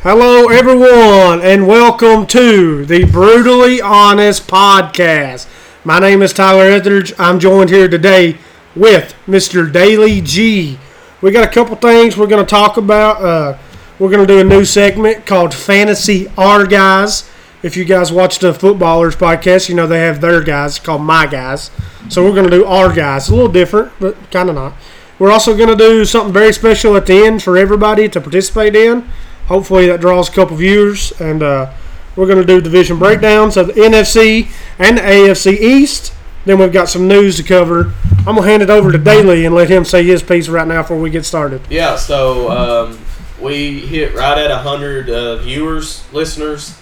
Hello, everyone, and welcome to the Brutally Honest Podcast. My name is Tyler Etheridge. I'm joined here today with Mr. Daily G. We got a couple things we're going to talk about. Uh, we're going to do a new segment called Fantasy Our Guys. If you guys watch the Footballers podcast, you know they have their guys called My Guys. So we're going to do Our Guys. A little different, but kind of not. We're also going to do something very special at the end for everybody to participate in. Hopefully that draws a couple viewers, and uh, we're going to do division breakdowns of the NFC and the AFC East. Then we've got some news to cover. I'm gonna hand it over to Daly and let him say his piece right now before we get started. Yeah, so um, we hit right at 100 uh, viewers, listeners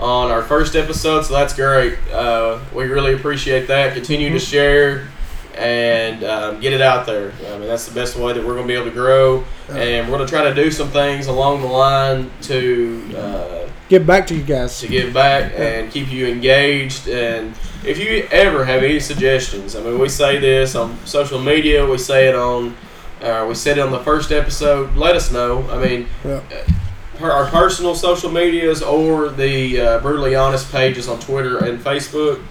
on our first episode, so that's great. Uh, we really appreciate that. Continue to share and um, get it out there. I mean, that's the best way that we're going to be able to grow, and we're going to try to do some things along the line to. Uh, Get back to you guys. to give back and keep you engaged. And if you ever have any suggestions, I mean, we say this on social media, we say it on, uh, we said it on the first episode. Let us know. I mean, Yeah. per- our personal social medias or the uh, brutally honest pages on Twitter and Facebook.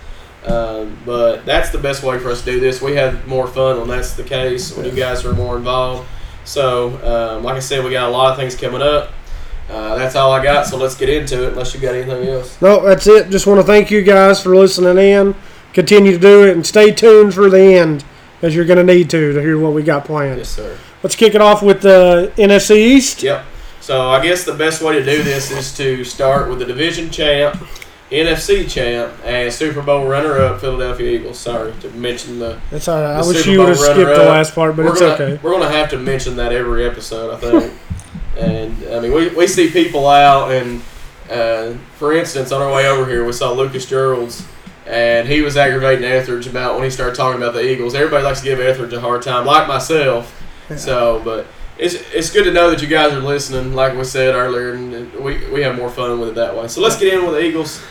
Um, but that's the best way for us to do this. We have more fun when that's the case, when you guys are more involved. So, um, like I said, we got a lot of things coming up. Uh, that's all I got, so let's get into it, unless you got anything else. No, that's it. Just want to thank you guys for listening in. Continue to do it and stay tuned for the end, as you're gonna need to to hear what we got planned. Yes, sir. Let's kick it off with uh, the NFC East. Yep. So I guess the best way to do this is to start with the division champ, NFC champ, and Super Bowl runner-up Philadelphia Eagles. Sorry to mention the. That's all right. the I wish Super you Bowl would have skipped the runner-up. last part, but we're it's gonna, okay. We're gonna have to mention that every episode, I think. and I mean, we, we see people out, and uh, for instance, on our way over here, we saw Lucas Gerald's. And he was aggravating Etheridge about when he started talking about the Eagles. Everybody likes to give Etheridge a hard time, like myself. So, but it's it's good to know that you guys are listening. Like we said earlier, and we we have more fun with it that way. So let's get in with the Eagles.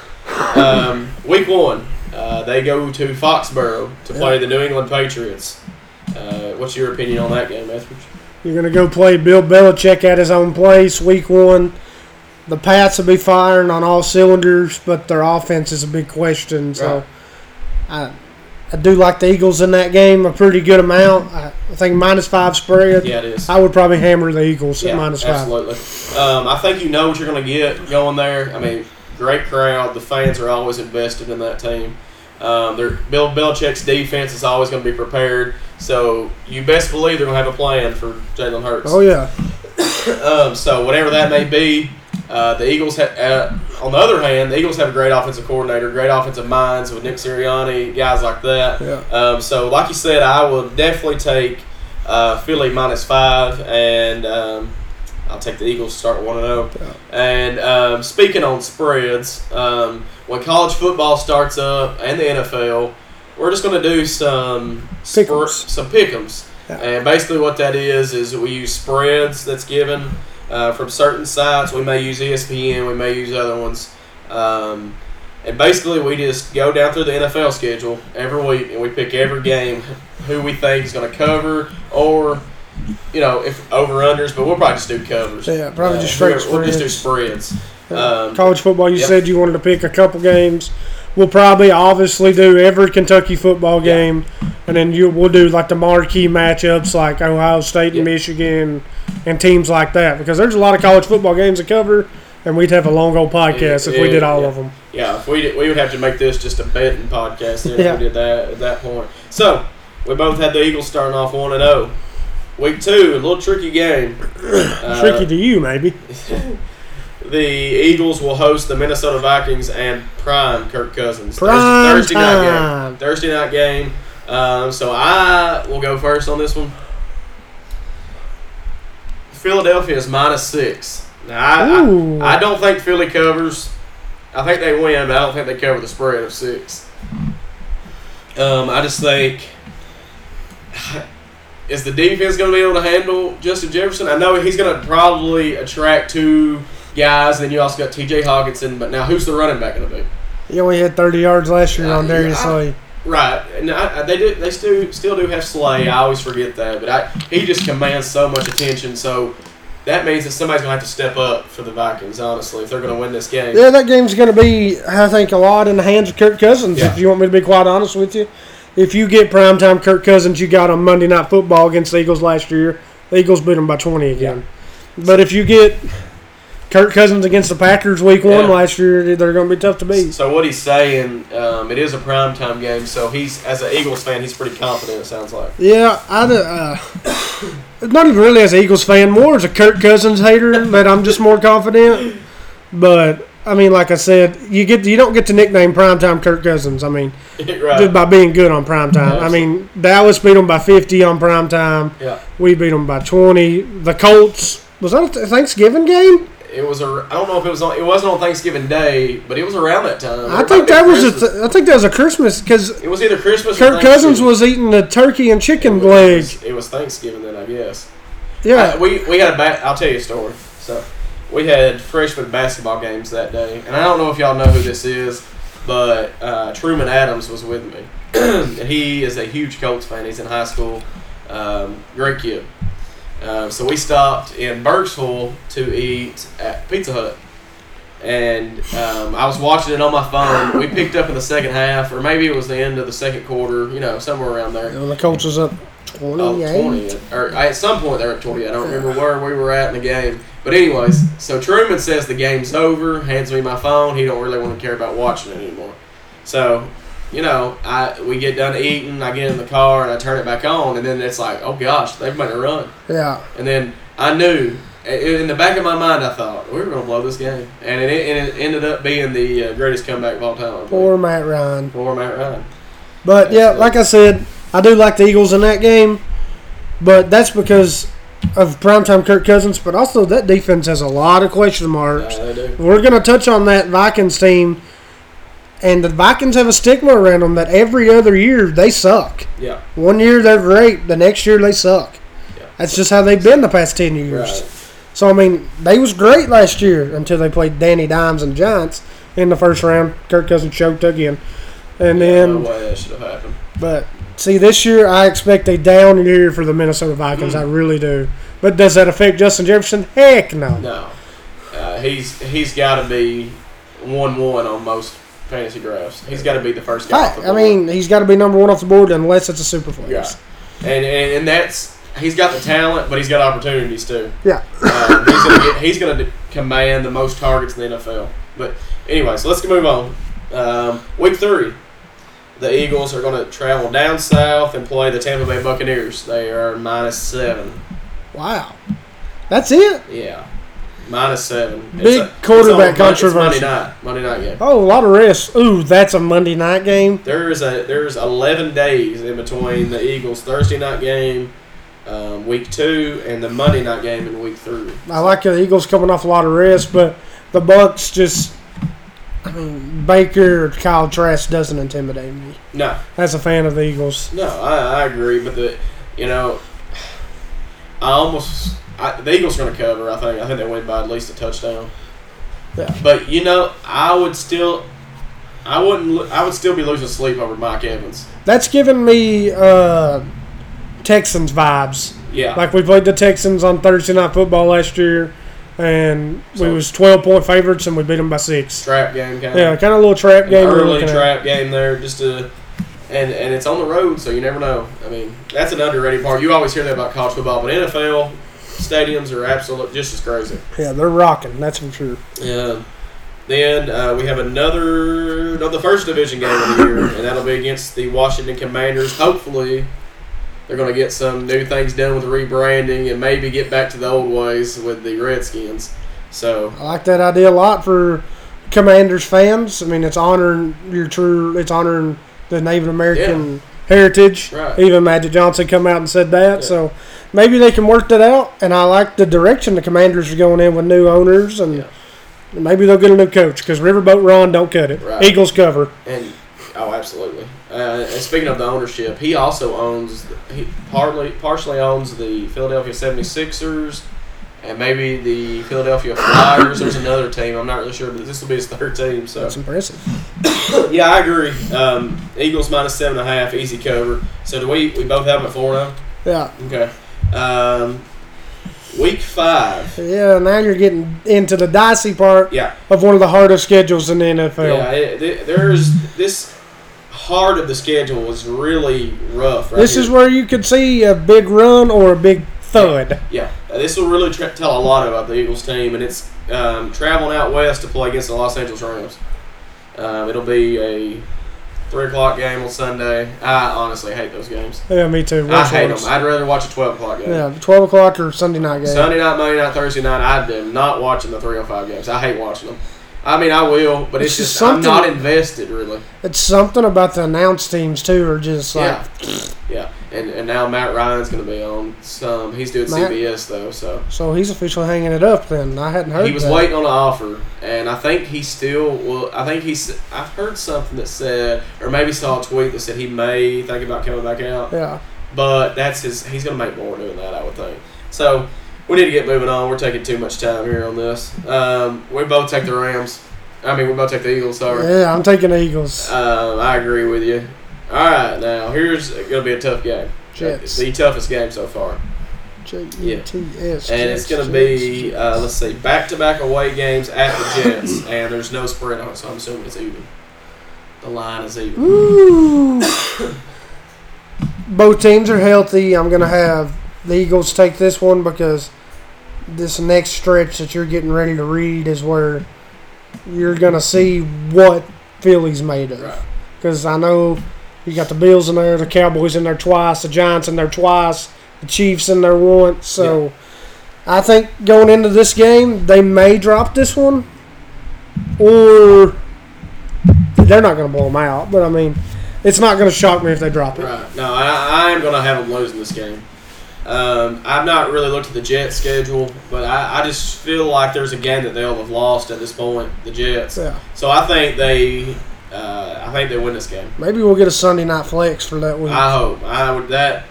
Um, week one, uh, they go to Foxborough to play the New England Patriots. Uh, what's your opinion on that game, Etheridge? You're going to go play Bill Belichick at his own place week one. The Pats will be firing on all cylinders, but their offense is a big question. So Right. I, I do like the Eagles in that game a pretty good amount. I, I think minus five spread. Yeah, it is. I would probably hammer the Eagles Yeah, at minus five. absolutely. Um, I think you know what you're going to get going there. I mean, great crowd. The fans are always invested in that team. Um, they're, Bill Belichick's defense is always going to be prepared. So you best believe they're going to have a plan for Jalen Hurts. Oh, yeah. Um, so whatever that may be, uh, the Eagles. Ha- uh, on the other hand, the Eagles have a great offensive coordinator, great offensive minds with Nick Sirianni, guys like that. Yeah. Um, so like you said, I will definitely take uh, Philly minus five, and um, I'll take the Eagles to start one and zero. And um, speaking on spreads, um, when college football starts up and the NFL. We're just going to do some spr- Pick'ems. some pickums. Yeah. And basically, what that is is we use spreads that's given uh, from certain sites. We may use E ESPN, we may use other ones. Um, and basically, we just go down through the NFL schedule every week and we pick every game who we think is going to cover or, you know, if over unders, but we'll probably just do covers. Yeah, probably Uh, just straight we'll- We'll just do spreads. Um, College football, you yep. said you wanted to pick a couple games. We'll probably obviously do every Kentucky football Yeah. game, and then you we'll do like the marquee matchups like Ohio State and Yeah. Michigan and teams like that because there's a lot of college football games to cover, and we'd have a long old podcast if we Yeah, did all yeah. of them. Yeah, if we did, we would have to make this just a betting podcast if Yeah. we did that at that point. So we both had the Eagles starting off one and zero. Week two, a little tricky game. Uh, Tricky to you, maybe. The Eagles will host the Minnesota Vikings and prime Kirk Cousins. Prime Thursday, Thursday night time. game. Thursday night game. Um, so I will go first on this one. Philadelphia is minus six. Now Ooh. I, I, I don't think Philly covers. I think they win, but I don't think they cover the spread of six. Um, I just think is the defense going to be able to handle Justin Jefferson? I know he's going to probably attract two guys. Then you also got T.J. Hawkinson, but now who's the running back going to be? He only had 30 yards last year Uh, on Darius yeah, I- Slay. Right, and I, I- they do. They still still do have Slay. I always forget that, but I he just commands so much attention. So that means that somebody's gonna have to step up for the Vikings. Honestly, if they're gonna win this game, Yeah, that game's going to be, I think, a lot in the hands of Kirk Cousins. Yeah. If you want me to be quite honest with you, if you get primetime Kirk Cousins, you got on Monday Night Football against the Eagles last year. The Eagles beat them by 20 again. But if you get Kirk Cousins against the Packers Week One Yeah. last year, they're going to be tough to beat. So what he's saying, um, it is a primetime game. So he's as an Eagles fan, he's pretty confident. It sounds like. Yeah, I d- uh, not even really as an Eagles fan, more as a Kirk Cousins hater, but I'm just more confident. But I mean, like I said, you get you don't get to nickname primetime Kirk Cousins. I mean, right. just by being good on primetime. I mean, Dallas beat them by 50 on primetime. Yeah. We beat them by 20. The Colts was that a th- Thanksgiving game? It was a. I don't know if it was on. It wasn't on Thanksgiving Day, but it was around that time. I It think might be that was a Christmas. th- I think that was a Christmas because it was either Christmas. or Kirk Cousins Thanksgiving. was eating the turkey and chicken It leg. was, it was Thanksgiving then, I guess. Yeah. I- Uh, we we had a ba- I'll tell you a story. So we had freshman basketball games that day, and I don't know if y'all know who this is, but uh, Truman Adams was with me, and he is a huge Colts fan. He's in high school, um, great kid. Um, so we stopped in Birchville to eat at Pizza Hut. And um, I was watching it on my phone. We picked up in the second half, or maybe it was the end of the second quarter, you know, somewhere around there. Well, the Colts was up 28. Oh, 20. Or at some point they were at 20. I don't remember where we were at in the game. But anyways, so Truman says the game's over, hands me my phone. He don't really want to care about watching it anymore. So, you know, I we get done eating, I get in the car, and I turn it back on, and then it's like, oh gosh, they've made a run. Yeah. And then I knew, i- in the back of my mind, I thought we were going to blow this game, and it, and it ended up being the uh, greatest comeback of all time. Poor Matt Ryan. Poor Matt Ryan. But yeah, like I said, I do like the Eagles in that game, but that's because of primetime Kirk Cousins. But also, that defense has a lot of question marks. Yeah, they do. We're going to touch on that Vikings team, and the Vikings have a stigma around them that every other year they suck. Yeah. One year they're great, the next year they suck. Yeah. That's just how they've been the past ten years. Right. So I mean, they was great last year until they played Danny Dimes and Giants in the first round. Kirk Cousins choked again, and then. no way that should have happened. But see, this year I expect a down year for the Minnesota Mm. Vikings. I really do. But does that affect Justin Jefferson? Heck no. No, uh, he's he's got to be one one on most fantasy drafts. He's got to be the first guy. off I, the I board. mean, he's got to be number one off the board unless it's a super flex. yeah, and, and and that's he's got the talent, but he's got opportunities too. Yeah. Uh, he's gonna get, he's gonna command the most targets in the NFL. But anyway, so let's move on. Um, week three, the Eagles are gonna travel down south and play the Tampa Bay Buccaneers. They are minus seven. Wow. That's it. Yeah. Minus seven. Big quarterback on Mon- it's controversy. Monday night. Monday night game. Oh, a lot of rest. Ooh, that's a Monday night game. There is a there's eleven days in between the Eagles Thursday night game, um, week two, and the Monday night game in week three. I like the Eagles coming off a lot of rest, but the Bucks just. I mean, Baker or Kyle Trask doesn't intimidate me. No, As a fan of the Eagles, no, I, I agree, but the you know, I almost I, the Eagles are going to cover. I think I think they win by at least a touchdown. Yeah. But you know, I would still, I wouldn't, lo- I would still be losing sleep over Mike Evans. that's giving me uh, Texans vibes. Yeah, Like we played the Texans on Thursday Night Football last year, and we So- was twelve point favorites, and we beat them by six. trap game kind of. Yeah, kind of a little trap an game. we're early looking at. trap game there, just to, and and it's on the road, so you never know. I mean, that's an underrated part. You always hear that about college football, but NFL stadiums are absolute just as crazy. Yeah, they're rocking. That's for sure. Yeah. Then uh, we have another, no, the first division game of the year, and that'll be against the Washington Commanders. Hopefully, they're going to get some new things done with rebranding and maybe get back to the old ways with the Redskins. So I like that idea a lot for Commanders fans. I mean, it's honoring your true. It's honoring the Native American heritage. Right. Even Magic Johnson come out and said that. Yeah. So maybe they can work that out. And I like the direction the Commanders are going in with new owners, and Yeah. maybe they'll get a new coach because Riverboat Ron don't cut it. Right. Eagles cover. And oh, absolutely. Uh, and speaking of the ownership, he also owns he partly partially owns the Philadelphia 76ers and maybe the Philadelphia Flyers. There's another team. I'm not really sure, but this will be his third team. So That's impressive. yeah, I agree. Um, Eagles minus seven and a half, easy cover. So do we? We both have them at four now. Yeah. Okay. oh? Um, Week five. Yeah, now you're getting into the dicey part Yeah. of one of the hardest schedules in the NFL. Yeah. It, th- there's this heart of the schedule is really rough. Right this here. is where you could see a big run or a big thud. Yeah, uh, this will really tra- tell a lot about the Eagles team, and it's um, traveling out west to play against the Los Angeles Rams. Um, it'll be a three o'clock game on Sunday. I honestly hate those games. Yeah, me too. I Worst hate them. ones. I'd rather watch a twelve o'clock game. Yeah, twelve o'clock or Sunday night game. Sunday night, Monday night, Thursday night. I am not watching the three o five games. I hate watching them. I mean, I will, but it's, It's just, just I'm not something- invested really. It's something about the announced teams too, are just like yeah, yeah. And and now Matt Ryan's going to be on some. He's doing Matt- CBS though, so. so he's officially hanging it up. Then I hadn't heard. He was that. waiting on an offer, and I think he still will. I think he's. I've heard something that said, or maybe saw a tweet that said he may think about coming back out, Yeah, but that's his. He's going to make more doing that, I would think. So we need to get moving on. We're taking too much time here on this. Um, we both take the Rams. I mean, we both take the Eagles. Sorry. yeah. I'm taking the Eagles. Um, I agree with you. All right, now here's going to be a tough game. Jets. The toughest game so far. E J-E-T-S, And it's going to E be, uh, let's see, back to back away games at the Jets. and there's no spread on it, so I'm assuming it's even. The line is even. Ooh. Both teams are healthy. I'm going to have the Eagles take this one because this next stretch that you're getting ready to read is where you're going to see what Philly's made Right. of. Because I know you got the Bills in there, the Cowboys in there twice, the Giants in there twice, the Chiefs in there once. So I think going into this game, they may drop this one or they're not going to blow them out. But I mean, it's not going to shock me if they drop it. Right. No, I, I am going to have them losing this game. Um, I've not really looked at the Jets schedule, but I, I just feel like there's a game that they'll have lost at this point, the Jets. Yeah. So I think they. Uh, I think they win this game. Maybe we'll get a Sunday night flex for that week. I hope. I would that.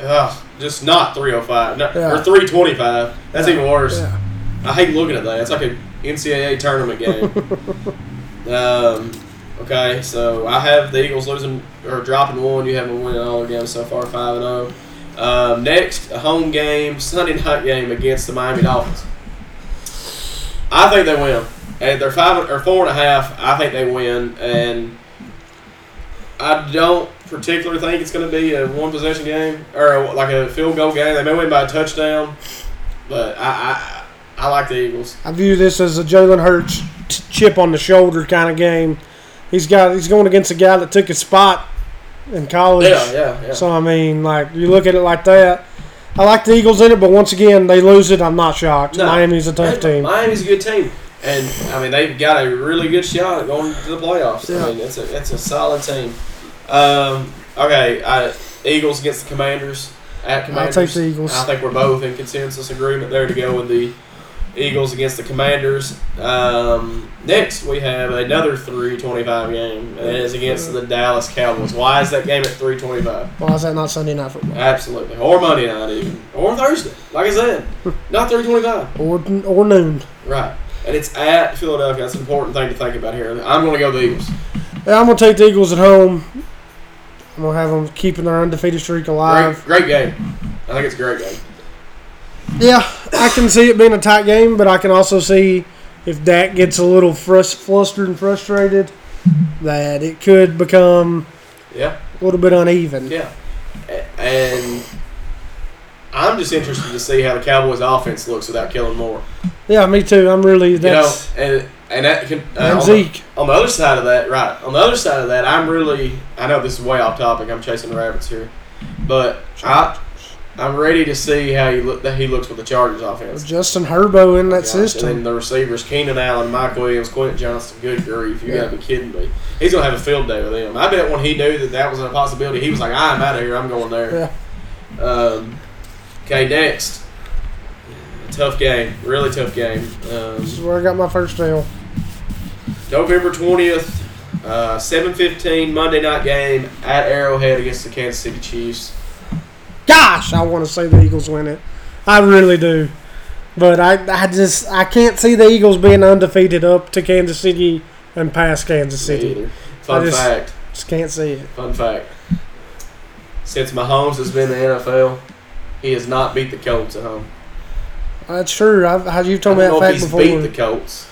Ugh, just not 305 no, Yeah. or 325. That's even worse. yeah. I hate looking at that. It's like a NCAA tournament game. um, okay, so I have the Eagles losing or dropping one. You have them winning all their games so far, five and zero. Um, next, a home game, Sunday night game against the Miami Dolphins. I think they win. And they're five or four and a half. I think they win, and I don't particularly think it's going to be a one possession game or like a field goal game. They may win by a touchdown, but I I, I like the Eagles. I view this as a Jalen Hurts t- chip on the shoulder kind of game. He's got he's going against a guy that took his spot in college. Yeah, yeah, yeah. So I mean, like you look at it like that. I like the Eagles in it, but once again, they lose it. I'm not shocked. No. Miami's a tough Hey, team. Miami's a good team, and I mean they've got a really good shot at going to the playoffs. Yeah. I mean that's a that's a solid team. Um, okay, I, Eagles against the Commanders at Commanders. take the Eagles. I think we're both in consensus agreement there to go with the Eagles against the Commanders. Um, next, we have another three twenty-five game, and it's against the Dallas Cowboys. Why is that game at three twenty-five? Why is that not Sunday night football? Absolutely, or Monday night even, or Thursday. Like I said, not three twenty-five. Or, or noon. Right. And it's at Philadelphia. That's an important thing to think about here. I'm going to go the Eagles. Yeah, I'm gonna take the Eagles at home. I'm gonna have them keeping their undefeated streak alive. Great, great game. I think it's a great game. Yeah, I can see it being a tight game, but I can also see if Dak gets a little frus- flustered and frustrated, that it could become Yeah. a little bit uneven. Yeah. A- And I'm just interested to see how the Cowboys' offense looks without killing more. Yeah, me too. I'm really You know, that's and and that can. uh, and on the- Zeke. on the other side of that, right? On the other side of that, I'm really. I know this is way off topic. I'm chasing rabbits here, but I. I'm ready to see how he look, that he looks with the Chargers offense. Justin Herbo in that Gosh, And system. then the receivers, Keenan Allen, Mike Williams, Quentin Johnson. Good grief, you Yeah. gotta be kidding me. He's gonna have a field day with them. I bet when he knew that that was a possibility, he was like, "I'm out of here. I'm going there." Um, okay, next. Tough game, really tough game. Um, This is where I got my first deal. November twentieth, uh, seven fifteen, Monday night game at Arrowhead against the Kansas City Chiefs. Gosh, I want to say the Eagles win it. I really do. But I, I just I can't see the Eagles being undefeated up to Kansas City and past Kansas Me City. either. Fun I just- fact. Just can't see it. Fun fact. Since Mahomes has been in the NFL, he has not beat the Colts at home. That's true. I've, how you've told me I that don't know if fact he's before. beat the Colts.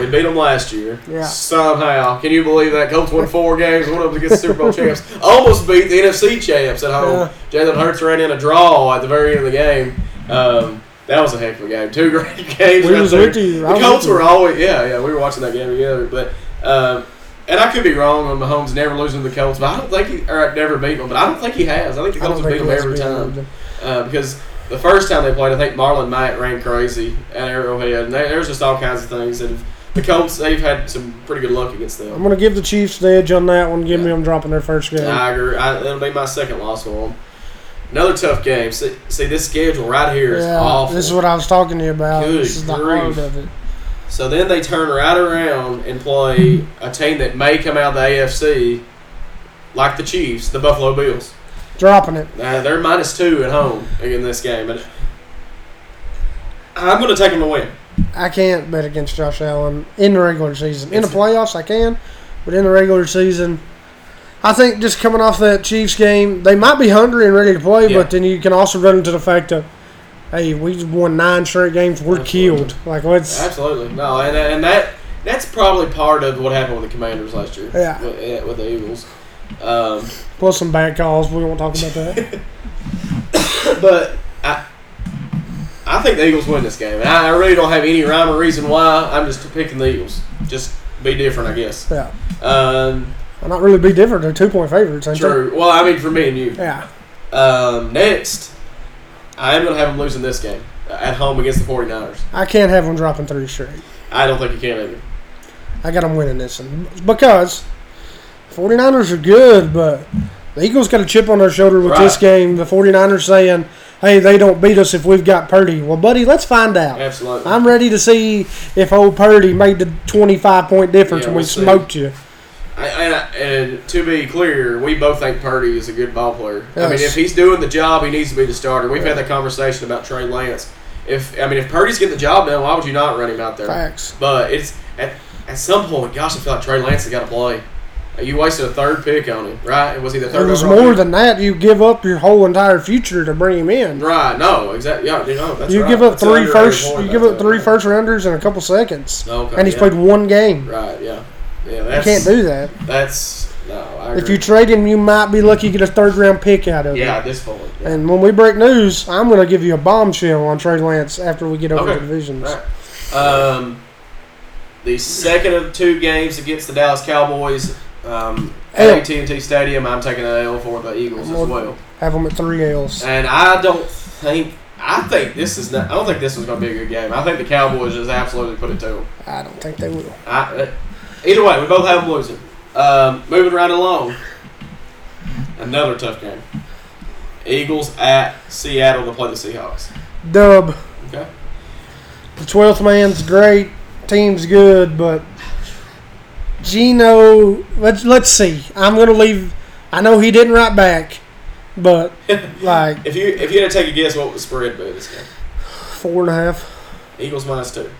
we beat them last year. Yeah. Somehow, can you believe that Colts won four games, one of them against the Super Bowl champs, almost beat the NFC champs at home. Jalen Hurts ran in a draw at the very end of the game. Um, that was a heck of a game. Two great games. We right was there. with you. I The was Colts with you. were always yeah yeah. We were watching that game together, but. Um, and I could be wrong on Mahomes never losing to the Colts, but I don't think he or never beaten them. But I don't think he has. I think the I Colts don't have think E beat them he has every beat time. them. Uh, because the first time they played, I think Marlon Mack ran crazy at Arrowhead. And there- there's just all kinds of things. And the Colts, they've had some pretty good luck against them. I'm gonna give the Chiefs the edge on that one. Give me them dropping their first game. I agree. I, that'll be my second loss for them. Another tough game. See, see this schedule right here is yeah, awful. this is what I was talking to you about. Good this is the grief. heart of it. so then they turn right around and play a team that may come out of the AFC, like the Chiefs, the Buffalo Bills. Dropping it. Now, they're minus two at home in this game. And I'm going to take them to win. I can't bet against Josh Allen in the regular season. In the It's- playoffs, I can, but in the regular season, I think just coming off that Chiefs game, they might be hungry and ready to play, Yeah. but then you can also run into the fact that, hey, we won nine straight games, we're Absolutely. killed. Like let's Absolutely. No, and, and that that's probably part of what happened with the Commanders last year. Yeah. With, eh, with the Eagles. Um, plus some bad calls. We won't talk about that. but I I think the Eagles win this game. And I, I really don't have any rhyme or reason why. I'm just picking the Eagles. Just be different, I guess. yeah, Um, I'm not really be different. They're two point favorites, ain't true. Well, I mean, for me and you. they? Yeah, Um, next, I am going to have them losing this game at home against the 49ers. I can't have them dropping three straight. I don't think you can either. I got them winning this one because 49ers are good, but the Eagles got a chip on their shoulder with this Right. game. The 49ers saying, hey, they don't beat us if we've got Purdy. Well, buddy, let's find out. Absolutely. I'm ready to see if old Purdy made the 25 point difference Yeah, when we we'll see. smoked you. I, and, and to be clear, we both think Purdy is a good ball player. I mean, Yes. if he's doing the job, he needs to be the starter. We've had that conversation about Trey Lance. If I mean, if Purdy's getting the job done, why would you not run him out there? Facts. But it's at, at some point, gosh, I feel like Trey Lance has got to play. Uh, You wasted a third pick on him, right? Was he the It third? was overall more pick? than that. You give up your whole entire future to bring him in. right. No, exactly. Yeah, no, that's You right. give up That's an three underrated first. point You about give up that. three first rounders in a couple seconds, Okay, and he's yeah. played one game. Right. Yeah. Yeah. You That's, can't do that. That's no. I If agree. you trade him, you might be lucky to get a third round pick out of yeah, him. at this point. Yeah. And when we break news, I'm going to give you a bombshell on Trey Lance after we get over Okay. the divisions. Right. Um, the second of two games against the Dallas Cowboys um, L. at AT&T Stadium, I'm taking an L for the Eagles as Well- well. Have them at three L's. And I don't think I think this is not. I don't think this was going to be a good game. I think the Cowboys just absolutely put it to them. I don't think they will. I, uh, either way, we both have them losing. Um, moving right along, another tough game. Eagles at Seattle to play the Seahawks. Dub. Okay. The 12th man's great. Team's good, but Gino, let's, let's see. I'm going to leave. I know he didn't write back, but like If you if you had to take a guess, what would the spread be this game? four and a half. Eagles minus two.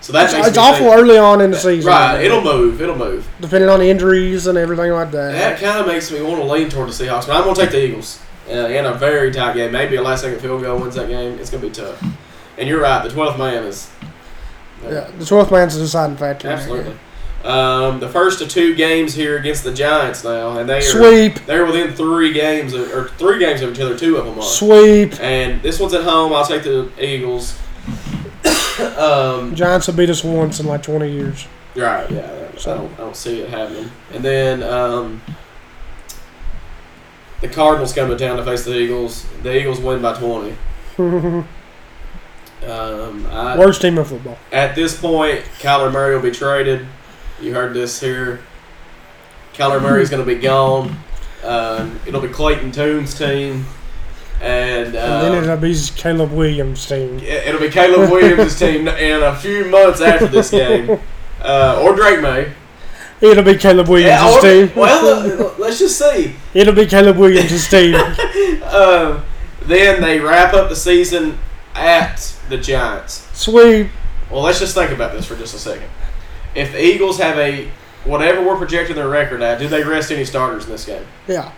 So that It's, makes it's me awful think- early on in the season. Right, it'll move. It'll move. depending on the injuries and everything like that. That kind of makes me want to lean toward the Seahawks, but I'm going to take the Eagles uh, in a very tight game. Maybe a last second field goal wins that game. It's going to be tough. And you're right. The 12th man is Yeah, the 12th man's a deciding factor. absolutely. Um, the first of two games here against the Giants now, and they are Sweep, they're within three games of, or three games of each other. Two of them are. sweep. And this one's at home. I'll take the Eagles. um, Giants have beat us once in like 20 years. Right. Yeah. that- I don't. I don't see it happening. And then um, the Cardinals come to town to face the Eagles. The Eagles win by twenty. Um, I, Worst team in football. at this point, Kyler Murray will be traded. You heard this here. Kyler Murray's going to be gone. Um, it'll be Clayton Toon's team, and, uh, And then it'll be Caleb Williams' team. it- it'll be Caleb Williams' team in a few months after this game, uh, or Drake May. It'll be Caleb Williams' Yeah, or- team. well, uh, let's just see. it'll be Caleb Williams' team. Um, then they wrap up the season at the Giants. Sweep. Well, let's just think about this for just a second. If the Eagles have a whatever we're projecting their record at, do they rest any starters in this game? Yeah.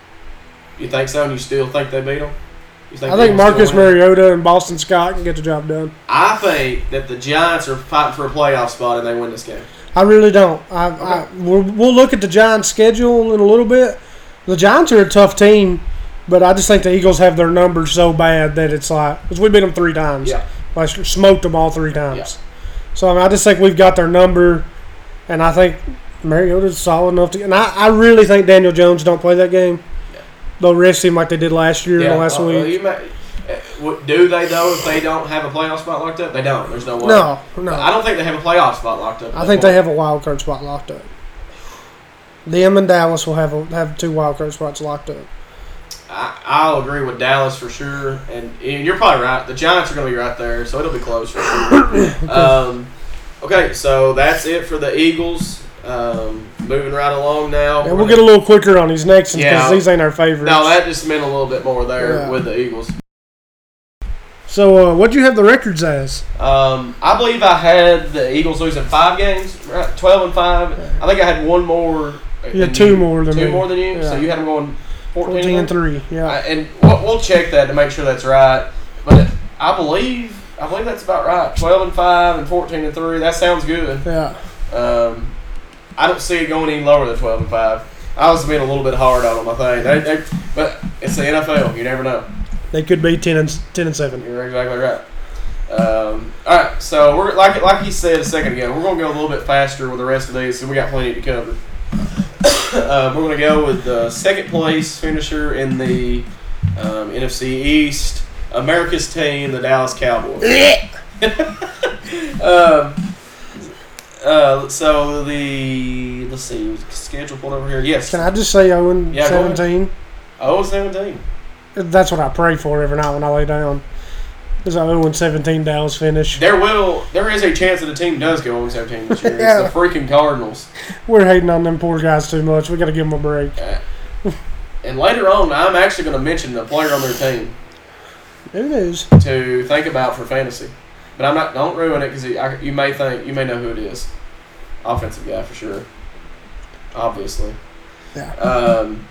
You think so? And you still think they beat them? You I they think can Marcus still win? Mariota and Boston Scott can get the job done. I think that the Giants are fighting for a playoff spot and they win this game. I really don't. I, I, we'll, we'll look at the Giants' schedule in a little bit. The Giants are a tough team, but I just think the Eagles have their numbers so bad that it's like because we beat them three times. Yeah. like smoked them all three times. So I, mean, I just think we've got their number, and I think Mariota's solid enough to. And I, I really think Daniel Jones don't play that game. Yeah. They'll rest him like they did last year and last uh, week. you may- uh, what- do they though? If they don't have a playoff spot locked up, they don't. There's no way. no, no. I don't think they have a playoff spot locked up. I think they have a wild card spot locked up. Them and Dallas will have a, have two wild card spots locked up. I, I'll agree with Dallas for sure, and, and you're probably right. The Giants are going to be right there, so it'll be close for sure. um, okay, so that's it for the Eagles. Um, moving right along now. And we'll get a little quicker on these next ones because Yeah. these ain't our favorites. no, that just meant a little bit more there Yeah. with the Eagles. so, uh, what do you have the records as? Um, I believe I had the Eagles losing five games, right? Twelve and five. I think I had one more. You than had two more than two me. more than you. So Yeah. you had them going fourteen, 14 and three. 3. I, Yeah. Uh, and we'll, we'll check that to make sure that's right. But I believe I believe that's about right. Twelve and five and fourteen and three. That sounds good. Yeah. Um, I don't see it going any lower than twelve and five. I was being a little bit hard on them. I think, they, they, but it's the NFL. You never know. They could be 10 and 10 and 7. You're exactly right. Um, all right, so we're like like he said a second ago, we're gonna go a little bit faster with the rest of these, so we got plenty to cover. uh, we're gonna go with the second place finisher in the um, NFC East, America's team, the Dallas Cowboys. um, uh, so the let's see schedule pulled over here. Yes, Can I just say 0 and Yeah, go ahead. 17? oh seventeen. That's what I pray for every night when I lay down. Is a 0 and 17 Dallas finish. There will there is a chance that the team does go on seventeen this year. Yeah. It's the freaking Cardinals. We're hating on them poor guys too much. We got to give them a break. And later on, I'm actually going to mention a player on their team It is. to think about for fantasy. But I'm not. Don't ruin it because you may think you may know who it is. Offensive guy for sure. Obviously. Yeah. Um,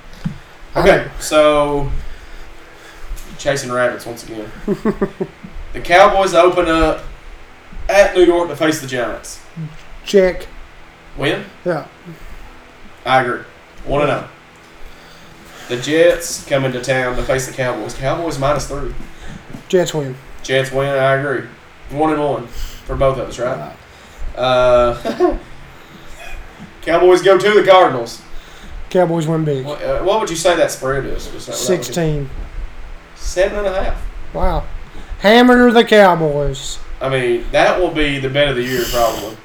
I okay, so chasing rabbits once again. the Cowboys open up at New York to face the Giants. Check. Win. Yeah. I agree. One and zero. The Jets come into town to face the Cowboys. Cowboys minus three. Jets win. Jets win. I agree. One and one for both of us, right? Uh, Cowboys go to the Cardinals. Cowboys win big. What, uh, what would you say that spread is? Just not- Sixteen. Seven and a half. Wow. Hammer the Cowboys. I mean, that will be the bet of the year probably.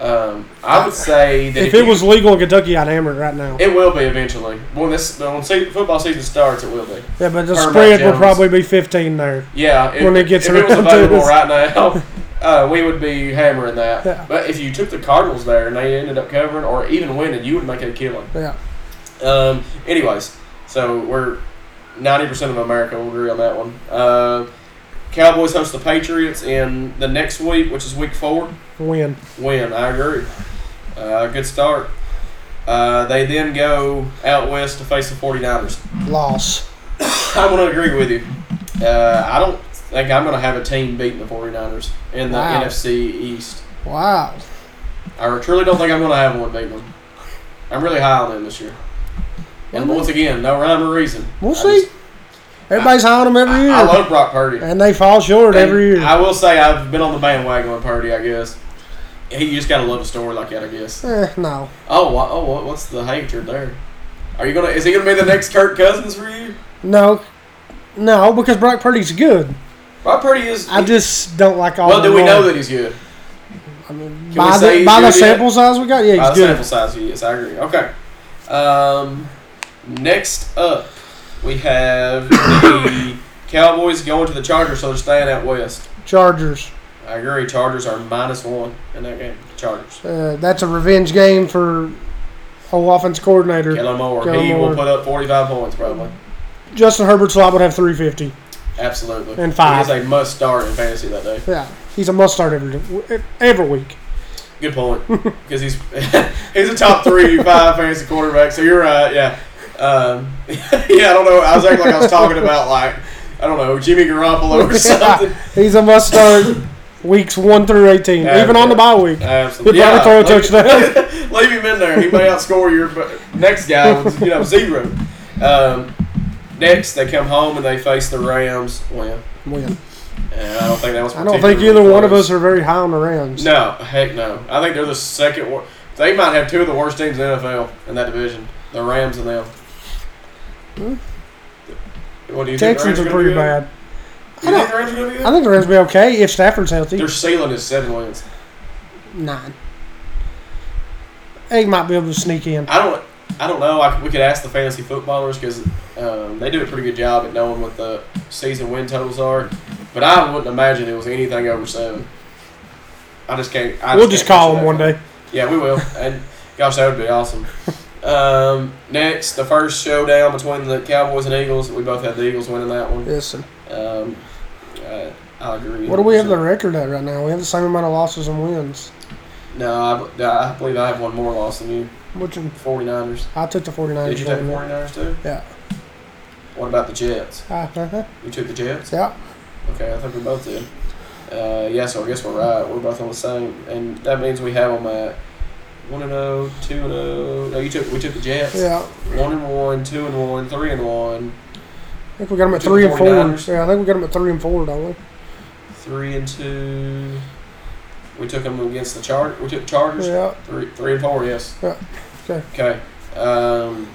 Um, I would say that If it you- was legal in Kentucky, I'd hammer it right now. it will be eventually. When this when se- football season starts, it will be. Yeah, but the Or Mac spread will Jones. probably be fifteen there. Yeah, if, When it gets if it was around to available us. right now, uh, we would be hammering that. Yeah. But if you took the Cardinals there and they ended up covering or even winning, you would make it a killing. Yeah. Um, anyways, so we're ninety percent of America will agree on that one. Uh, Cowboys host the Patriots in the next week, which is week four. Win. Win, I agree. Uh, good start. Uh, they then go out west to face the 49ers. Loss. I'm going to agree with you. Uh, I don't think I'm going to have a team beating the 49ers in the Wow. NFC East. Wow. I truly don't think I'm going to have one beating them. I'm really high on them this year. And Well, once again, no rhyme or reason. We'll I see. just- Everybody's high on them every year, I, I love Brock Purdy. and they fall short And every year. I will say I've been on the bandwagon with Purdy. I guess he you just gotta love a story like that. I guess. Eh, no. Oh, wha- oh, what, what's the hatred there? Are you gonna? Is he gonna be the next Kirk Cousins for you? No. No, because Brock Purdy's good. Brock Purdy is. I just don't like all. well, do the we know wrong- that he's good? I mean, we by say the, he's by the good yet? sample size we got, yeah, By the he's good. sample size, he is. I agree. Okay. Um, next up, we have the Cowboys going to the Chargers, so they're staying out west. Chargers. I agree. Chargers are minus one in that game. Chargers. Uh, that's a revenge game for whole offense coordinator. Kellen Moore. Kellen he Moore. will put up forty-five points probably. Justin Herbert's slot would have 350. Absolutely. And five. He is a must start in fantasy that day. Yeah, he's a must start every every week. Good point. Because he's he's a top three, five fantasy quarterback. So you're right. Yeah. Um, yeah, I don't know. I was acting like I was talking about like I don't know, Jimmy Garoppolo or something. He's a must start weeks one through eighteen, Yeah, even on the yeah. bye week. Absolutely. He'd probably throw a leave- leave him in there. He may outscore your bu- next guy with you know zero. Um, next, they come home and they face the Rams. Well, Win. and I don't think that was. I don't think either one of us are very high on the Rams. No, heck no. I think they're the second. Wor- they might have two of the worst teams in the NFL in that division. The Rams and them. Hmm. What do you Texans think? are the Rams pretty gonna bad. be good? You think the Rams are going to be I good? think the Rams will be okay if Stafford's healthy. Their ceiling is seven wins. Nine. They might be able to sneak in. I don't. I don't know. I, we could ask the fantasy footballers because um, they do a pretty good job at knowing what the season win totals are. But I wouldn't imagine it was anything over seven. I just can't. I We'll just just can't call picture them that one day. Yeah, we will. And gosh, that would be awesome. Um, next, the first showdown between the Cowboys and Eagles. We both had the Eagles winning that one. Listen, Um, uh, I agree. what do we have the record at right now? We have the same amount of losses and wins. No, I, no, I believe I have one more loss than you. Which 49ers. I took the 49ers. Did you take one. 49ers too? Uh, Yeah. What about the Jets? Uh-huh. You took the Jets? Yeah. Okay, I think we both did. Uh, yeah, so I guess we're right. We're both on the same, and that means we have them at one and zero, two and zero. No, you took we took the Jets. Yeah. One and one, two and one, three and one, I think we got them at Took three and four. 49ers. Yeah, I think we got them at three and four, don't we? three and two. We took them against the Char. We took Chargers. Yeah. Three, three and four. Yes. Yeah, okay. Okay. Um,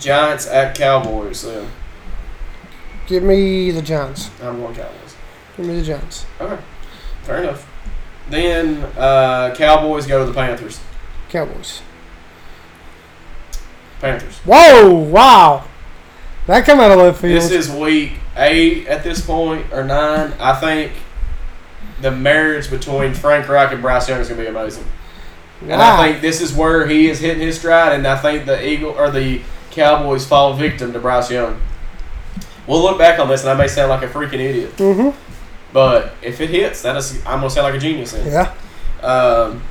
Giants at Cowboys. Then Give me the Giants. I'm going Cowboys. Give me the Giants. Okay. Fair enough. Then uh, Cowboys go to the Panthers. Cowboys. Panthers. Whoa! Wow. That come out of left field. This is week eight at this point, or nine. I think the marriage between Frank Reich and Bryce Young is going to be amazing. And Wow. I think this is where he is hitting his stride, and I think the Eagle or the Cowboys fall victim to Bryce Young. We'll look back on this, and I may sound like a freaking idiot, Mm-hmm. but if it hits, that is, I'm going to sound like a genius. Then. Yeah. Um,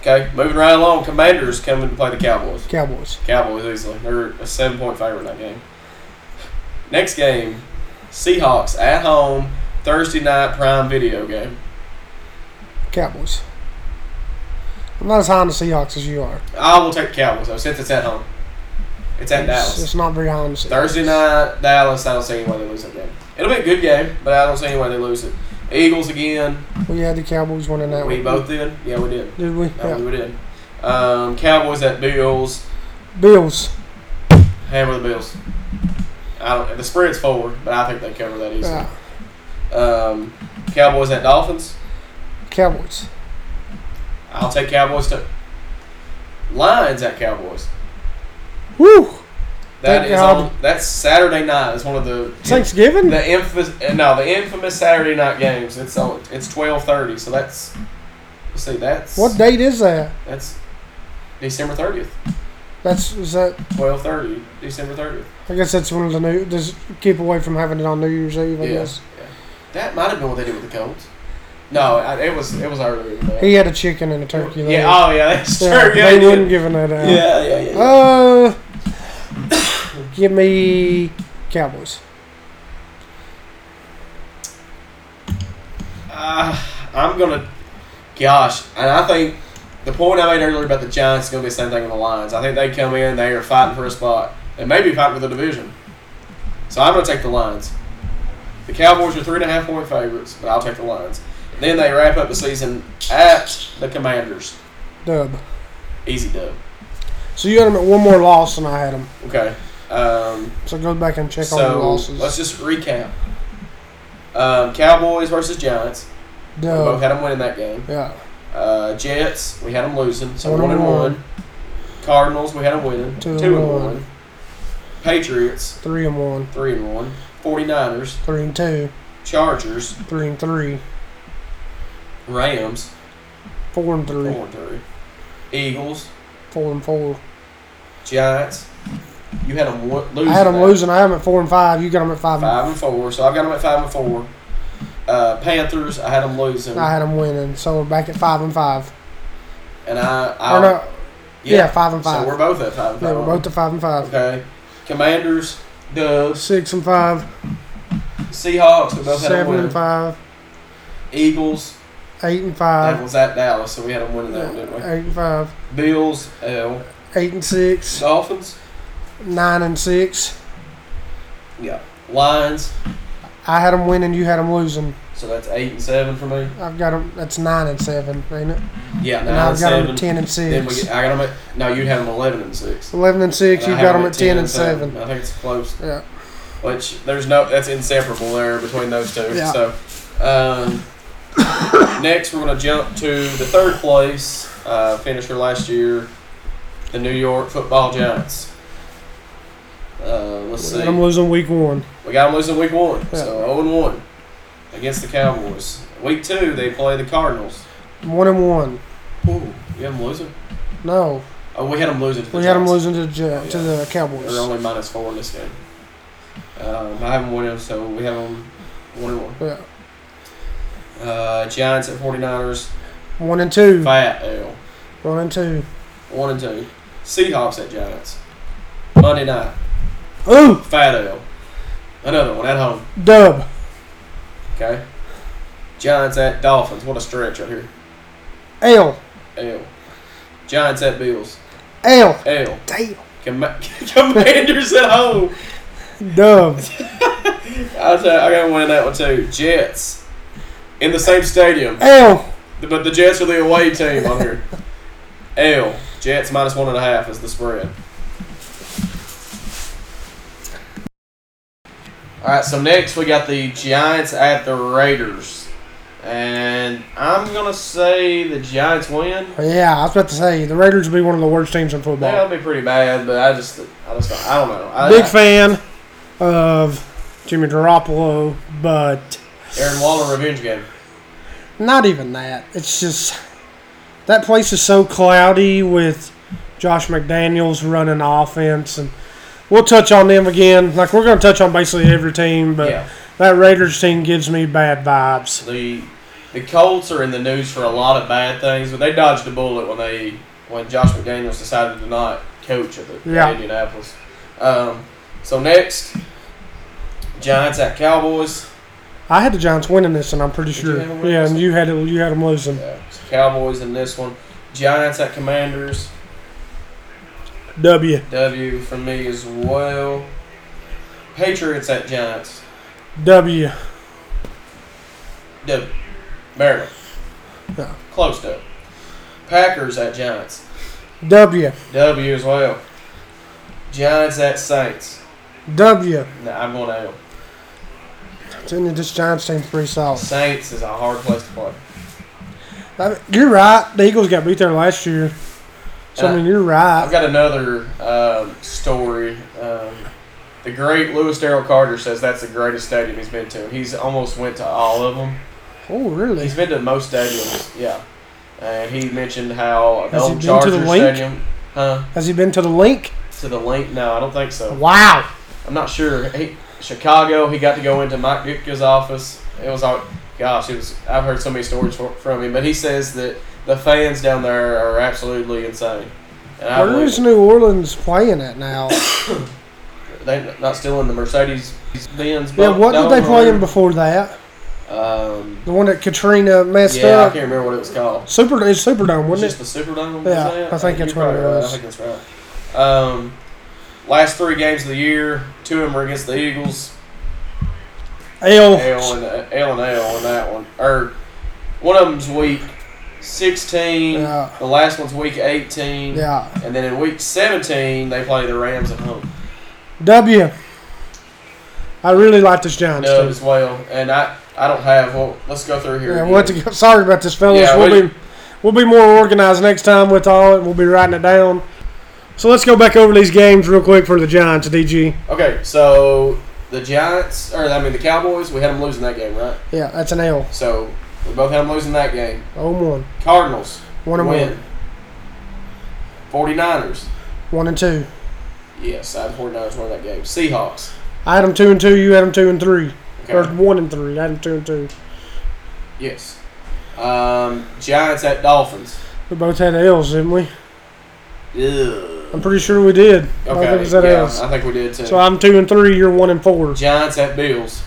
okay, moving right along. Commanders coming to play the Cowboys. Cowboys. Cowboys easily. They're a seven point favorite in that game. Next game, Seahawks at home, Thursday night prime video game. Cowboys. I'm not as high on the Seahawks as you are. I will take the Cowboys though, since it's at home. It's at It's, Dallas. it's not very high on the Seahawks. Thursday night, Dallas. I don't see any way they lose that game. It'll be a good game, but I don't see any way they lose it. Eagles again. We had the Cowboys winning that We one. both did. Yeah, we did. Did we? Yeah. No, we did. Um, Cowboys at Bills. Bills. Hammer the Bills. I don't. The spread's four, but I think they cover that easily. Yeah. Um, Cowboys at Dolphins. Cowboys. I'll take Cowboys to Lions at Cowboys. Woo! That Thank is God. on that's Saturday night. It's one of the Thanksgiving? the infamous no the infamous Saturday night games. It's on it's twelve thirty. So that's let's see that's What date is that? that's December thirtieth. That's is that Twelve thirty. December thirtieth. I guess that's one of the new just keep away from having it on New Year's Eve, I Yeah. guess. That might have been what they did with the Colts. No, I, it was it was earlier than that. He had a chicken and a turkey there. yeah. Oh yeah. That's Yeah, true. Yeah. they he wouldn't did. giving that out. Yeah. Yeah. Yeah. yeah. Uh give me Cowboys. Uh, I'm gonna. Gosh, and I think the point I made earlier about the Giants is gonna be the same thing with the Lions. I think they come in, they are fighting for a spot, and maybe fighting for the division. So I'm gonna take the Lions. The Cowboys are three and a half point favorites, but I'll take the Lions. Then they wrap up the season at the Commanders. Dub. Easy dub. So you had them at one more loss than I had them. Okay. Um, So go back and check on your so let's losses. just recap. Um, Cowboys versus Giants. We Dub. both had them winning that game. Yeah. Uh, Jets, we had them losing, so One one and and one. Cardinals, we had them winning, two, and one. Patriots, Three and one. three and one. 49ers, Three and two. Chargers, Three and three. Rams, Four and four three. and three. Eagles, Four and four. Giants. You had them wo- losing. I had them that. losing. I had them at four and five. You got them at five. Five and four, so I've got them at five and four. Uh, Panthers, I had them losing, And I had them winning. So we're back at five and five. and I, I Or no, yeah, five and Oh, So we're five. both at five and yeah, five. we're both at five and five. okay. Commanders, Doves, Six and five. Seahawks, we both had them Seven and win. five, Eagles, eight and that five, was at Dallas, so we had them winning that one, eight didn't and five, we? Bills, L. eight and six, Dolphins, nine and six. yeah. Lions, I had them winning. You had them losing. so that's eight and seven for me. I've got them. That's nine and seven, ain't it? Yeah, nine And I've and got seven. them at ten and Then we six. get, I got them at, no, you'd have them 11 and 6. Eleven and six. And You I got have them at ten and seven. I think it's close. Yeah. Which, there's no, that's inseparable there between those two. Yeah. So, um, next we're going to jump to the third place uh, finisher last year, the New York Football Giants. Uh, let's see. I'm losing week one. We got them losing week one, Yeah. so 0 and 1 against the Cowboys. Week two, they play the Cardinals. One and one. Ooh, you have them losing? No, Oh, we had them losing. To the we had them Giants. losing to the, Gi- to the Cowboys. They're only minus four in this game. Um, I haven't won them, so we have them one and one. Yeah. Uh, Giants at 49ers, One and two. fat L, One and two. one and two. Seahawks at Giants, Monday night, Ooh, fat L, another one at home. dub. Okay. Giants at Dolphins, what a stretch right here. L. L. Giants at Bills, L. L. Damn. Com- Commanders at home. Dub. I was, uh, I got to win that one too. Jets in the same stadium. L. But the Jets are the away team on here. L. Jets minus one and a half is the spread. All right, so next we got the Giants at the Raiders. And I'm going to say the Giants win. Yeah, I was about to say the Raiders will be one of the worst teams in football. That'll be pretty bad, but I just, I just, don't, I don't know. I, Big I- fan of Jimmy Garoppolo, but Aaron Waller revenge game. not even that. It's just that place is so cloudy with Josh McDaniels running the offense, and we'll touch on them again. Like we're going to touch on basically every team, but yeah, that Raiders team gives me bad vibes. the the Colts are in the news for a lot of bad things, but they dodged a bullet when they when Josh McDaniels decided to not coach at the Yeah. at Indianapolis. Um, so next, Giants at Cowboys. I had the Giants winning this, and I'm pretty Did you sure. have 'em Yeah, losing? and you had it. You had them losing. Yeah, so Cowboys in this one. Giants at Commanders. W. W for me as well. Patriots at Giants. W. W. Maryland. Yeah. Close though. Packers at Giants. W. W as well. Giants at Saints. W. No, I'm going L. Telling you, This Giants team's pretty solid. Saints is a hard place to play. I mean, you're right. The Eagles got beat there last year. So, I And mean, you're Uh, I've right. got another um, story. Um, the great Lewis Darrell Carter says that's the greatest stadium he's been to. He's almost went to all of them. Oh, really? He's been to most stadiums, yeah. And he mentioned how an Has he old been to Charger the Link? stadium, huh? Has he been to the link? To the link? No, I don't think so. Wow. I'm not sure. He, Chicago, he got to go into Mike Ditka's office. It was all, gosh, it was. I've heard so many stories for, from him, but he says that the fans down there are absolutely insane. And I Where believe is New Orleans playing at now? They not still in the Mercedes Benz. yeah, what did they play in before that? Um, The one that Katrina messed yeah, I up? can't remember what it was called. Super, it's Superdome, Was wasn't just it? the Superdome? was Yeah, that? I think You're that's what it probably right. was. I think that's right. Um, last three games of the year, two of them were against the Eagles. L. L and uh, L and L on that one, or one of them's week sixteen. Yeah. The last one's week eighteen. Yeah. And then in week seventeen, they play the Rams at home. W. I really like this Giants Dub team. Uh, as well, and I I don't have. Well, let's go through here. Yeah, again. we'll have to go, sorry about this, fellas. Yeah, we'll we- be we'll be more organized next time with all, and we'll be writing it down. So let's go back over these games real quick for the Giants, DG. Okay, so the Giants, or I mean the Cowboys, we had them losing that game, right? Yeah, that's an L. So we both had them losing that game. Oh, and one. Cardinals One and win. 49ers. one. One and two. Yes, I had the 49ers win that game. Seahawks. I had them two and two. You had them two and three. Or Okay. one and three. I had them two and two. Yes. Um, Giants at Dolphins. We both had L's, didn't we? I'm Ugh. pretty sure we did. I think it Okay. was that yeah, L's. I think we did too. So I'm two and three. You're one and four. Giants at Bills.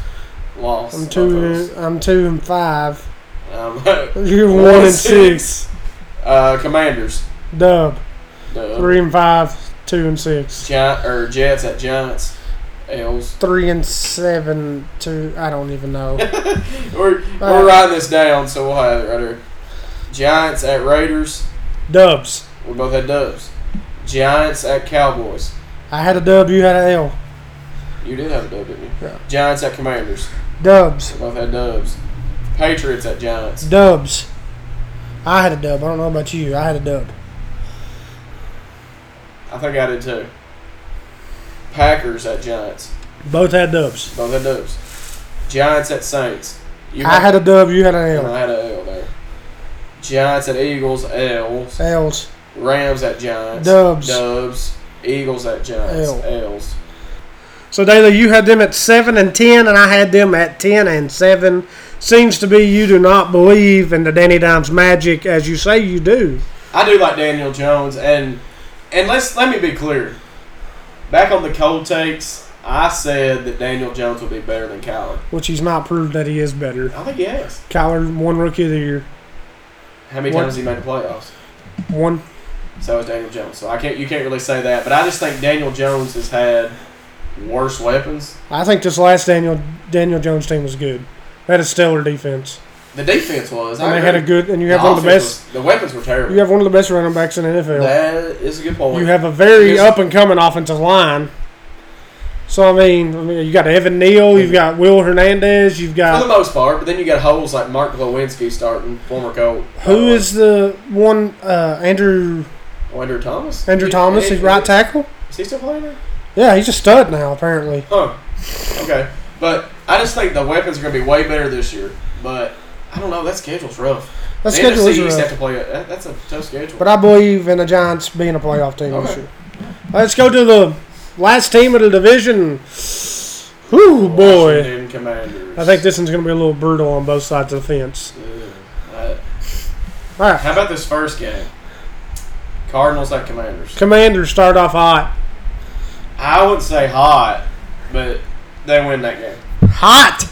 loss. I'm my two. first. I'm two and five. Um, You're one and six. uh, Commanders. Dub. No. Three and five. Two and six. Giant or Jets at Giants. L's. Three and seven. Two. I don't even know. We're, we're writing this down, so we'll have it right here. Giants at Raiders. Dubs. We both had dubs. Giants at Cowboys. I had a dub. You had an L. You did have a dub, didn't you? Yeah. Giants at Commanders. Dubs. We both had dubs. Patriots at Giants. Dubs. I had a dub. I don't know about you. I had a dub. I think I did too. Packers at Giants. Both had dubs. Both had dubs. Giants at Saints. You I had a dub. You had an and L. I had a L there. Giants at Eagles. L's. L's. Rams at Giants. Dubs. Dubs. Eagles at Giants. L. L's. So Daly, you had them at seven and ten, and I had them at ten and seven. Seems to be you do not believe in the Danny Dimes magic as you say you do. I do like Daniel Jones, and and let's let me be clear. Back on the cold takes, I said that Daniel Jones would be better than Kyler. Which he's not proved that he is better. I think he has. Kyler won rookie of the year. How many What? times has he made the playoffs? One. So is Daniel Jones. So I can't you can't really say that, but I just think Daniel Jones has had worse weapons. I think this last Daniel Daniel Jones team was good. They had a stellar defense. The defense was. And I they had a agree. good and you The have one of the offense best was- the weapons were terrible. you have one of the best running backs in the NFL. That is a good point. You have a very Yes. up and coming offensive line. So I mean, I mean, you got Evan Neal, you've got Will Hernandez, you've for got the most part, but then you got holes like Mark Lewinsky starting, former Colt. Uh, Who is the one? Uh, Andrew Andrew Thomas? Andrew He- Thomas, he- he's right tackle. Is he still playing there? Yeah, he's a stud now. Apparently, Huh. Okay. But I just think the weapons are going to be way better this year. But I don't know. That schedule's rough. that The schedule NFC is East have rough. to play. A, that, that's a tough schedule. But I believe in the Giants being a playoff team this Okay. year. Let's go to the last team of the division. Whew, oh, boy! Washington Commanders. I think this one's going to be a little brutal on both sides of the fence. Yeah. Uh, All right, how about this first game? Cardinals at Commanders. Commanders start off hot. I wouldn't say hot, but they win that game. Hot,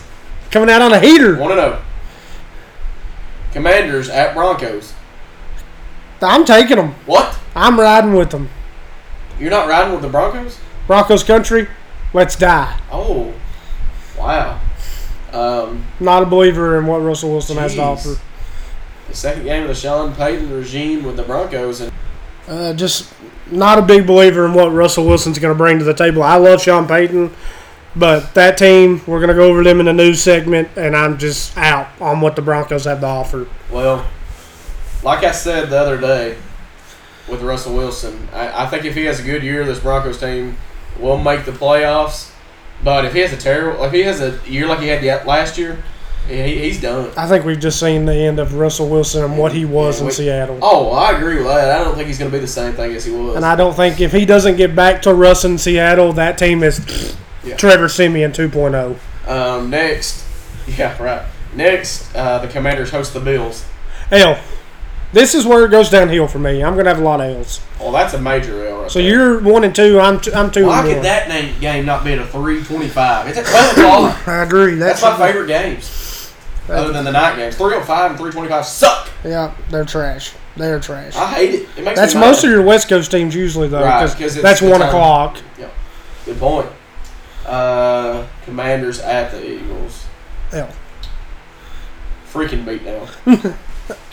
coming out on a heater. One to know. Commanders at Broncos. I'm taking them. What? I'm riding with them. You're not riding with the Broncos? Broncos country, let's die. Oh, wow. Um, Not a believer in what Russell Wilson has to Jeez. offer. The second game of the Sean Payton regime with the Broncos, and Uh, just not a big believer in what Russell Wilson's going to bring to the table. I love Sean Payton, but that team, we're going to go over them in the news segment, and I'm just out on what the Broncos have to offer. well, like I said the other day with Russell Wilson, I, I think if he has a good year, this Broncos team will make the playoffs. But if he has a terrible, if he has a year like he had the- last year, he, he's done. I think we've just seen the end of Russell Wilson and what he was Yeah, in we- Seattle. Oh, I agree with that. I don't think he's going to be the same thing as he was. And I don't think if he doesn't get back to Russ in Seattle, that team is Yeah. Trevor Simeon 2.0. um, next, yeah, right. Next, uh, the Commanders host the Bills. L. This is where it goes downhill for me. I'm going to have a lot of L's. Well, that's a major L. Right So there. you're one and two. I'm two, I'm two Why and could one. that name, game not be at a three twenty-five? It's at twelve o'clock. I agree. That's my favorite games. Other than the night games. 305 and 325 suck. Yeah, they're trash. They're trash. I hate it. It makes That's me most of mad. your West Coast teams usually though, Right, because 'cause it's that's the one time. o'clock. Good point. Uh, commanders at the Eagles. Hell. Freaking beat down.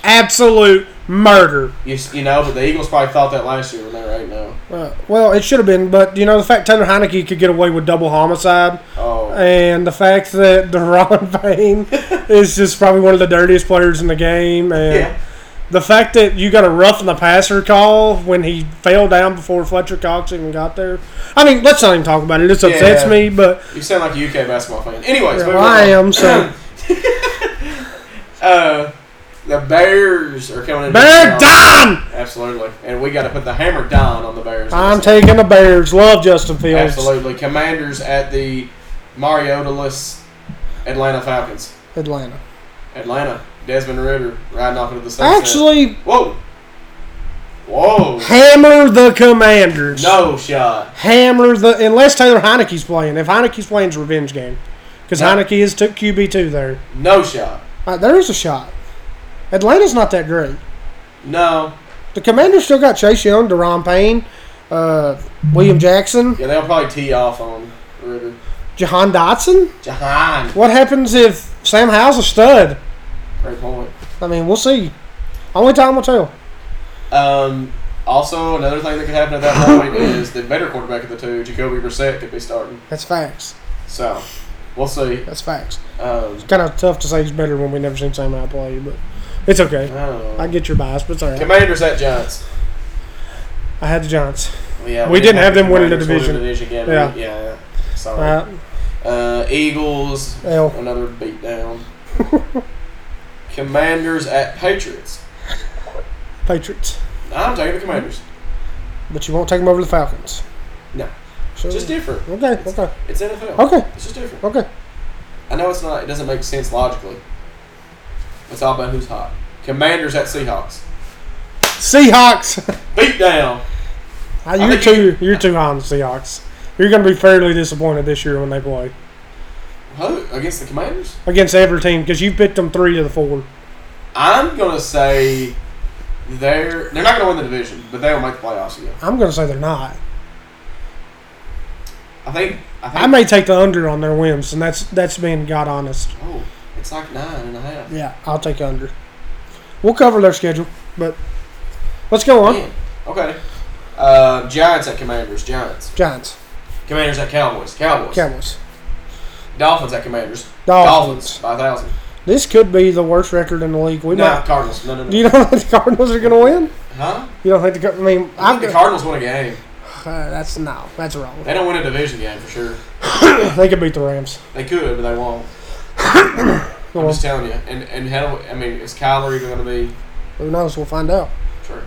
Absolute murder. You, s- you know, but the Eagles probably thought that last year when they were oh. 8 0. Uh, well, it should have been, but you know the fact Taylor Heineke could get away with double homicide, Oh. and the fact that Deron Payne is just probably one of the dirtiest players in the game, and yeah. the fact that you got a rough in the passer call when he fell down before Fletcher Cox even got there. I mean, let's not even talk about it. This upsets Yeah. me, but You sound like a UK basketball fan. Anyways, Yeah, moving well, I on. am, so- uh, the Bears are coming in. Bear down! Absolutely. And we got to put the hammer down on the Bears. I'm taking the Bears. Love Justin Fields. Absolutely. Commanders at the Mariota-less Atlanta Falcons. Atlanta. Atlanta. Desmond Ritter riding off into the sunset. Actually, Whoa. Whoa. hammer the Commanders. No shot. Hammer the unless Taylor Heineke's playing. If Heineke's playing, it's a revenge game. because No. Heineke is took QB two there. No shot. Uh, there is a shot. Atlanta's not that great. No. The Commanders still got Chase Young, Deron Payne, uh, William Jackson, Yeah, they'll probably tee off on Ritter. Jahan Dotson. Jahan. What happens if Sam Howell's a stud? Great point. I mean, we'll see. Only time will tell. Um, also, another thing that could happen at that point is the better quarterback of the two, Jacoby Brissett, could be starting. That's facts. So, we'll see. That's facts. Um, Kind of tough to say he's better when we never seen Sam Howell play, but it's I okay. don't know. I get your bias, but it's all right. oh. Commanders at Giants. I had the Giants. Yeah, We didn't have them winning the Commanders division. winning Yeah. again. yeah. Sorry. Uh, Uh, Eagles, L. another beatdown. Commanders at Patriots. Patriots. I'm taking the Commanders. But you won't take them over the Falcons. No. So, It's just different. okay, okay, It's NFL. okay, It's just different. okay. I know it's not. It doesn't make sense logically. It's all about who's hot. Commanders at Seahawks. Seahawks. Beatdown. Uh, you're think too you- you're too high on the Seahawks. You're going to be fairly disappointed this year when they play Who against the Commanders? against every team because you picked them three to the four. I'm gonna say they're they're not gonna win the division, but they'll make the playoffs again. I'm going to say they're not. I think. I think. I may take the under on their wins, and that's that's being god honest. oh, it's like nine and a half. Yeah, I'll take under. We'll cover their schedule, but let's go on. Man. Okay. Uh, Giants at Commanders. Giants. Giants, Commanders at Cowboys. Cowboys. Cowboys, Dolphins at Commanders. Dolphins. by a thousand. This could be the worst record in the league. We No, might. Cardinals. No, no, no. Do you don't think the Cardinals are going to win? huh? You don't think the Car- I mean, I think I've the got, Cardinals win a game. uh, that's no, that's wrong. They don't win a division game for sure. They could beat the Rams. They could, but they won't. I'm Well, just telling you. And and how? I mean, is Kyler even going to be who knows? We'll find out. true?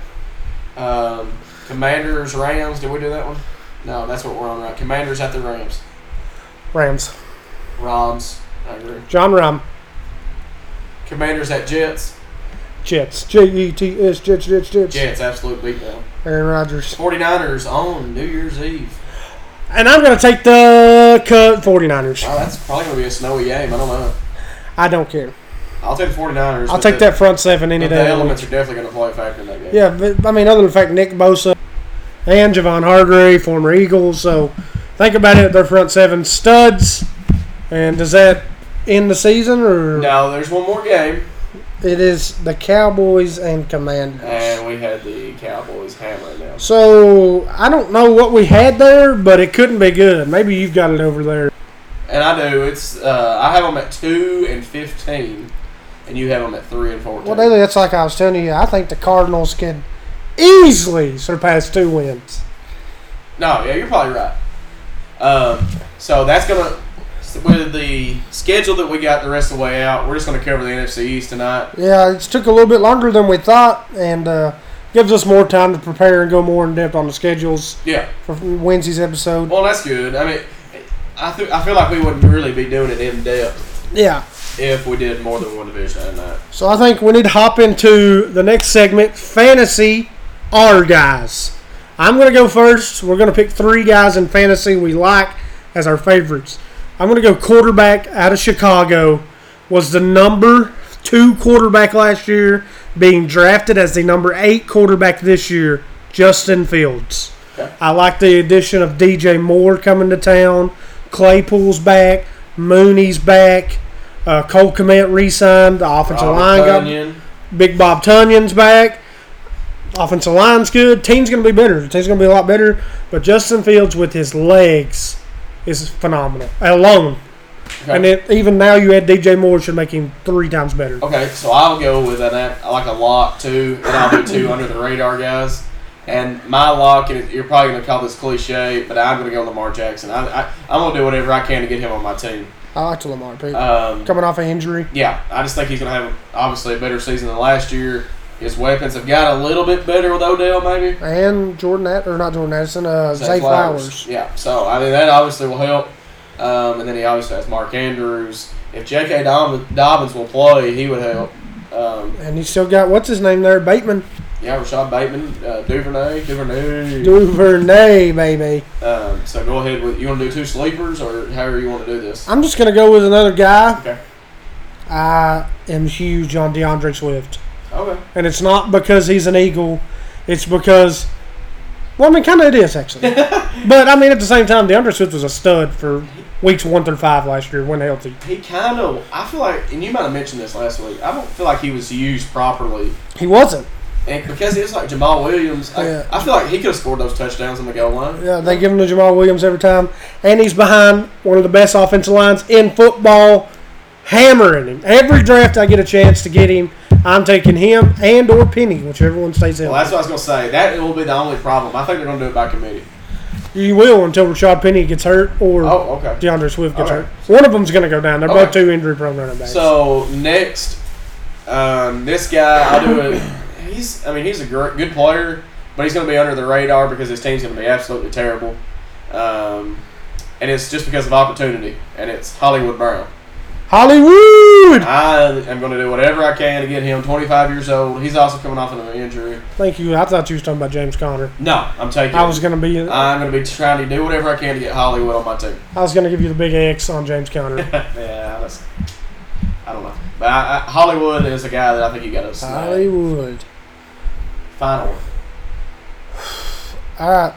Um, Commanders, Rams. Did we do that one? No, that's what we're on right. Commanders at the Rams. Rams, Rams. I agree. John Rom, Commanders at Jets. Jets, J E T S, Jets, Jets, Jets. Jets, absolute beatdown. Aaron Rodgers, 49ers on New Year's Eve. and I'm going to take the cut 49ers. Oh, that's probably going to be a snowy game. I don't know. I don't care. I'll take the 49ers. I'll but take the, that front seven any but day. The of the week. elements are definitely going to play a factor in that game. Yeah, but, I mean, other than the fact Nick Bosa and Javon Hargrave, former Eagles, so think about it. Their front seven studs, and does that end the season or Now, there's one more game, it is the Cowboys and Commanders? and we had the Cowboys hammering them. So I don't know what we had there, but it couldn't be good. Maybe you've got it over there. And I do. It's uh, I have them at two and fifteen, and you have them at three and fourteen. Well, Daly, that's like I was telling you. I think the Cardinals could easily surpass two wins. no, yeah, you're probably right. Um, so that's gonna with the schedule that we got the rest of the way out. We're just gonna cover the NFC East tonight. Yeah, it took a little bit longer than we thought, and uh, gives us more time to prepare and go more in depth on the schedules. Yeah. for Wednesday's episode. Well, that's good. I mean, I th- I feel like we wouldn't really be doing it in depth Yeah. if we did more than one division at a night. So I think we need to hop into the next segment, fantasy our guys. I'm gonna go first. We're gonna pick three guys in fantasy we like as our favorites. I'm gonna go quarterback out of Chicago. Was the number two quarterback last year, being drafted as the number eight quarterback this year, Justin Fields. Okay. I like the addition of DJ Moore coming to town. Claypool's back. Mooney's back. Uh, Cole Komet re-signed. The offensive Robert line got Tonyan. Big Bob Tunyon's back. Offensive line's good. Team's going to be better. The team's going to be a lot better. But Justin Fields with his legs is phenomenal alone. Okay. And it, even now, you add DJ Moore should make him three times better. Okay, so I'll go with an I like a lock too, and I'll do two under the radar guys. And my lock, and you're probably gonna call this cliche, but I'm gonna go Lamar Jackson. I, I I'm gonna do whatever I can to get him on my team. I like to Lamar Pete. Um, Coming off an injury, yeah, I just think he's gonna have obviously a better season than last year. His weapons have got a little bit better with Odell, maybe. and Jordan At- or not Jordan Addison, uh, Zay, Flowers. Yeah, so I mean that obviously will help. Um, and then he obviously has Mark Andrews. If J.K. Dobbins, Dobbins will play, he would help. Um, And you still got what's his name there, Bateman. yeah, Rashad Bateman, uh, Duvernay, Duvernay. Duvernay, maybe. Um, so go ahead with you want to do two sleepers or however you want to do this. I'm just gonna go with another guy. Okay. I am huge on DeAndre Swift, Okay. and it's not because he's an Eagle. It's because, well, I mean, kind of it is actually. but I mean, at the same time, DeAndre Swift was a stud for weeks one through five last year when healthy. He kind of, I feel like, and you might have mentioned this last week. I don't feel like he was used properly, He wasn't. and because he was like Jamal Williams, I, Yeah. I feel like he could have scored those touchdowns on the goal line. Yeah, they give him to Jamal Williams every time, and he's behind one of the best offensive lines in football, hammering him every draft. I get a chance to get him. I'm taking him and or Penny, whichever one stays Well, in. that's what I was gonna say. That will be the only problem. I think they're gonna do it by committee. You will until Rashad Penny gets hurt or Oh, okay. DeAndre Swift gets All right. hurt. One of them's going to go down. They're both Okay. two injury prone running backs. So next, um, this guy, I do it. He's, I mean, he's a gr- good player, but he's going to be under the radar because his team's going to be absolutely terrible, um, and it's just because of opportunity. And it's Hollywood Brown. Hollywood. I am going to do whatever I can to get him. 25 years old. He's also coming off of an injury. Thank you. I thought you was talking about James Conner. No, I'm taking. I was going to be. I'm going to be trying to do whatever I can to get Hollywood on my team. I was going to give you the big X on James Conner. yeah, that's. I don't know, but I, I, Hollywood is a guy that I think you got to snag. Hollywood. Final. All right,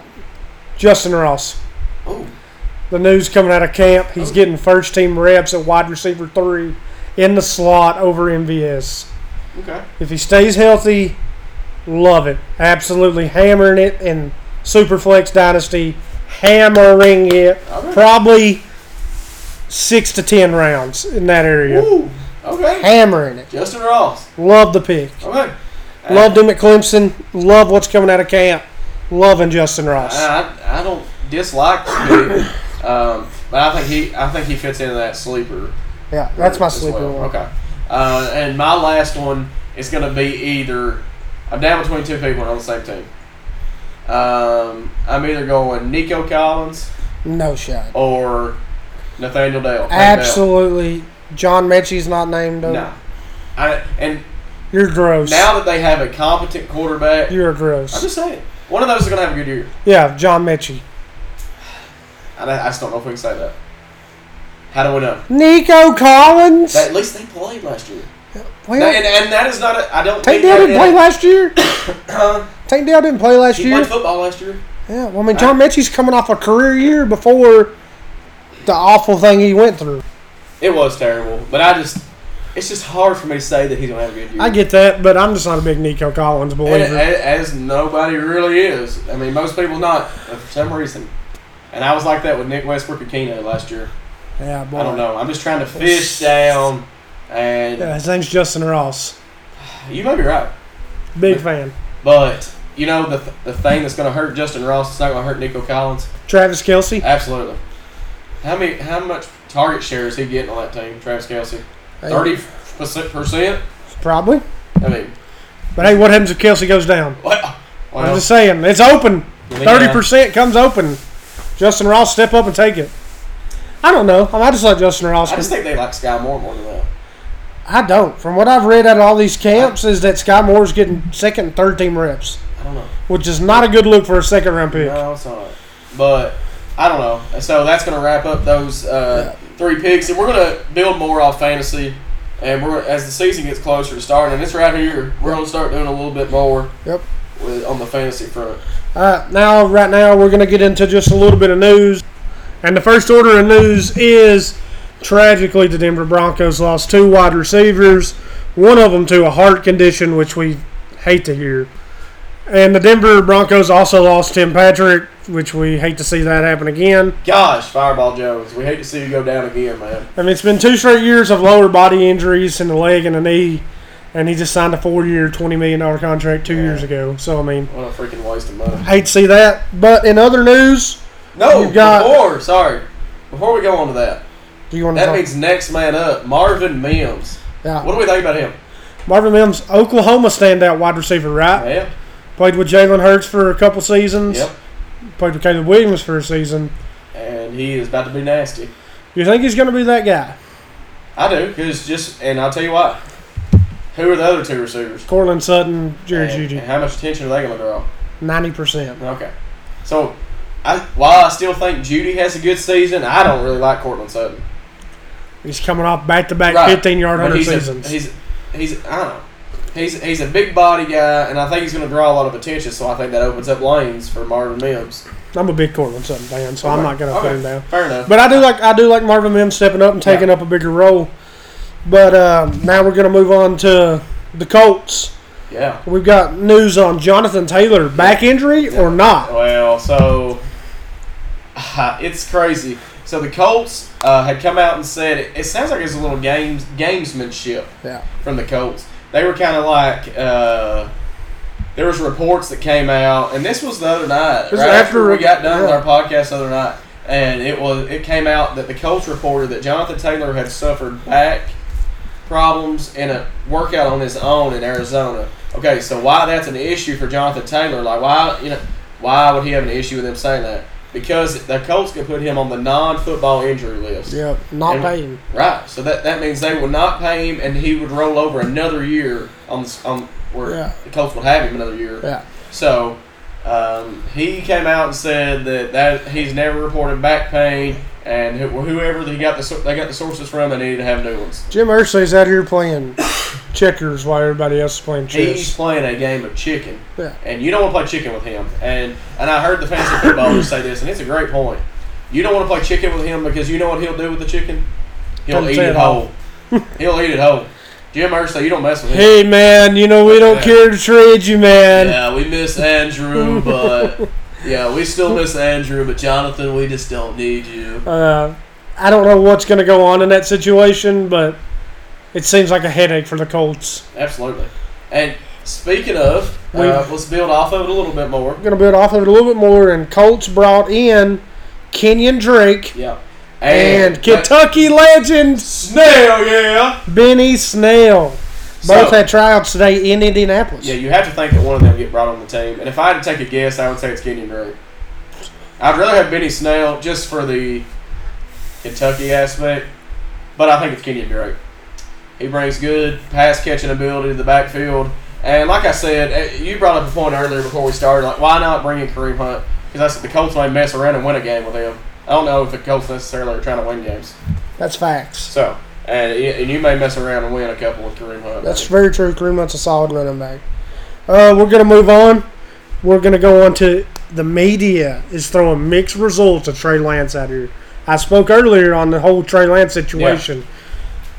Justin Ross. Ooh. the news coming out of camp. He's getting first team reps at wide receiver three in the slot over MVS. Okay. If he stays healthy, love it. Absolutely hammering it in Superflex Dynasty, hammering it. Okay. Probably six to ten rounds in that area. Woo. Okay. Hammering it. Justin Ross. Love the pick. Okay. Loved him at Clemson. Love what's coming out of camp. Loving Justin Ross. Uh, I, I, I don't dislike the pick, um, but I think he I think he fits into that sleeper. yeah, that's my as sleeper well. one. Okay. Uh, and my last one is going to be either I'm down between two people and on the same team. Um, I'm either going Nico Collins No shot. or Nathaniel Dale. Absolutely. John Mechie's not named. though. No. I, and You're gross. now that they have a competent quarterback, You're I'm gross. just saying one of those is going to have a good year. Yeah, John Mechie. I, I just don't know if we can say that. How do we know? Nico Collins. That, at least they played last year. well, That- and, and that is not a. I don't Tank think Dell didn't play that- last year. Huh? Tank Dell didn't play last Uh-huh. He Uh-huh. year. played football last year. Yeah, well, I mean, John Mechie's coming off a career year before the awful thing he went through. It was terrible, but I just. It's just hard for me to say that he's gonna have a good year. I get that, but I'm just not a big Nico Collins and, believer. and- as nobody really is. I mean, most people not but for some reason. And I was like that with Nick Westbrook and Keno last year. yeah, boy. I don't know. I'm just trying to fish down, and Yeah, his name's Justin Ross. you may be right. Big fan. But you know the, th- the thing that's gonna hurt Justin Ross is not gonna hurt Nico Collins. Travis Kelsey. Absolutely. How many? How much target share is he getting on that team, Travis Kelsey? Thirty percent. Probably. I mean, But hey, what happens if Kelsey goes down? well, I'm well, just saying, it's open. Yeah. Thirty percent comes open. Justin Ross step up and take it. I don't know. I, mean, I just let Justin Ross. I just think they like Sky Moore more than that. I don't. From what I've read out of all these camps, is that Sky Moore's getting second and third team reps, I don't know. which is not a good look for a second round pick. No, it's not. But I don't know. So that's going to wrap up those uh, three picks, and we're going to build more off fantasy. And we're as the season gets closer to starting, and it's right here. We're going to start doing a little bit more Yep. with, on the fantasy front. All right. Now, right now, we're going to get into just a little bit of news, and the first order of news is tragically the Denver Broncos lost two wide receivers, one of them to a heart condition, which we hate to hear, and the Denver Broncos also lost Tim Patrick, which we hate to see that happen again. Gosh, Fireball Jones, we hate to see you go down again, man. I mean, it's been two straight years of lower body injuries in the leg and the knee, and he just signed a four-year, twenty million dollar contract two Yeah. years ago. So I mean, What a freaking waste of money. hate to see that. But in other news, No, You got- before sorry, before we go on to that, do you want to that talk? means next man up, Marvin Mims. yeah. What do we think about him? Marvin Mims, Oklahoma standout wide receiver, right? Yeah, Played with Jalen Hurts for a couple seasons. yep. Played with Caleb Williams for a season. And he is about to be nasty. You think he's going to be that guy? I do, because just, and I'll tell you why. Who are the other two receivers? Cortland Sutton, Jerry and, Judy, and how much attention are they going to draw? ninety percent. Okay. So, I, while I still think Judy has a good season, I don't really like Cortland Sutton. He's coming off back-to-back Right. fifteen-yard But hundred he's a- seasons. he's he's I don't know. He's he's a big body guy, and I think he's going to draw a lot of attention. So I think that opens up lanes for Marvin Mims. I'm a big Cortland Sutton fan, so I'm Okay. not going to Okay. put him down. Fair enough. But I do like I do like Marvin Mims stepping up and taking up a bigger role. But um, now we're going to move on to the Colts. yeah. We've got news on Jonathan Taylor back injury or not. Well, so it's crazy. So the Colts uh, had come out and said it, it sounds like it's a little games gamesmanship Yeah, from the Colts. They were kind of like uh, there was reports that came out, and this was the other night. This is right after- after we got done yeah. with our podcast the other night, and it was it came out that the Colts reported that Jonathan Taylor had suffered back problems in a workout on his own in Arizona. Okay, so why that's an issue for Jonathan Taylor? Like why you know why would he have an issue with them saying that? Because the Colts can put him on the non-football injury list. yeah, not And- paying. Right. So that, that means they would not pay him, and he would roll over another year on the, s- on where Yeah. the Colts would have him another year. Yeah, So um, he came out and said that, that he's never reported back pain, and who- whoever they got the sor- they got the sources from, they needed to have new ones. Jim Irsay's out here playing checkers while everybody else is playing He's chess. playing a game of chicken, Yeah. and you don't want to play chicken with him. And and I heard the fantasy footballers say this, and it's a great point. You don't want to play chicken with him because you know what he'll do with the chicken. He'll Come eat tear it it off. whole. he'll eat it whole. Jim Irsay, you don't mess with him. Hey man, you know we don't care to trade you, man. Yeah, we miss Andrew, but yeah, we still miss Andrew, but Jonathan, we just don't need you. Uh, I don't know what's going to go on in that situation, but it seems like a headache for the Colts. Absolutely. And speaking of, We- uh, let's build off of it a little bit more. Going to build off of it a little bit more, and Colts brought in Kenyon Drake Yeah. and, but- Kentucky legend Snail, yeah. Benny Snell. Both So- had tryouts today in Indianapolis. Yeah, you have to think that one of them get brought on the team. And if I had to take a guess, I would say it's Kenyon Drake. I'd rather have Benny Snell just for the Kentucky aspect, but I think it's Kenyon Drake. He brings good pass catching ability to the backfield. And like I said, eh, you brought up a point earlier before we started. Like, why not bring in Kareem Hunt? Because the Colts may mess around and win a game with him. I don't know if the Colts necessarily are trying to win games. That's facts. So, and, y- and you may mess around and win a couple with Kareem Hunt. That's very true. Kareem Hunt's a solid running back. Uh, we're going to move on. We're going to go on to the media is throwing mixed results of Trey Lance out here. I spoke earlier on the whole Trey Lance situation.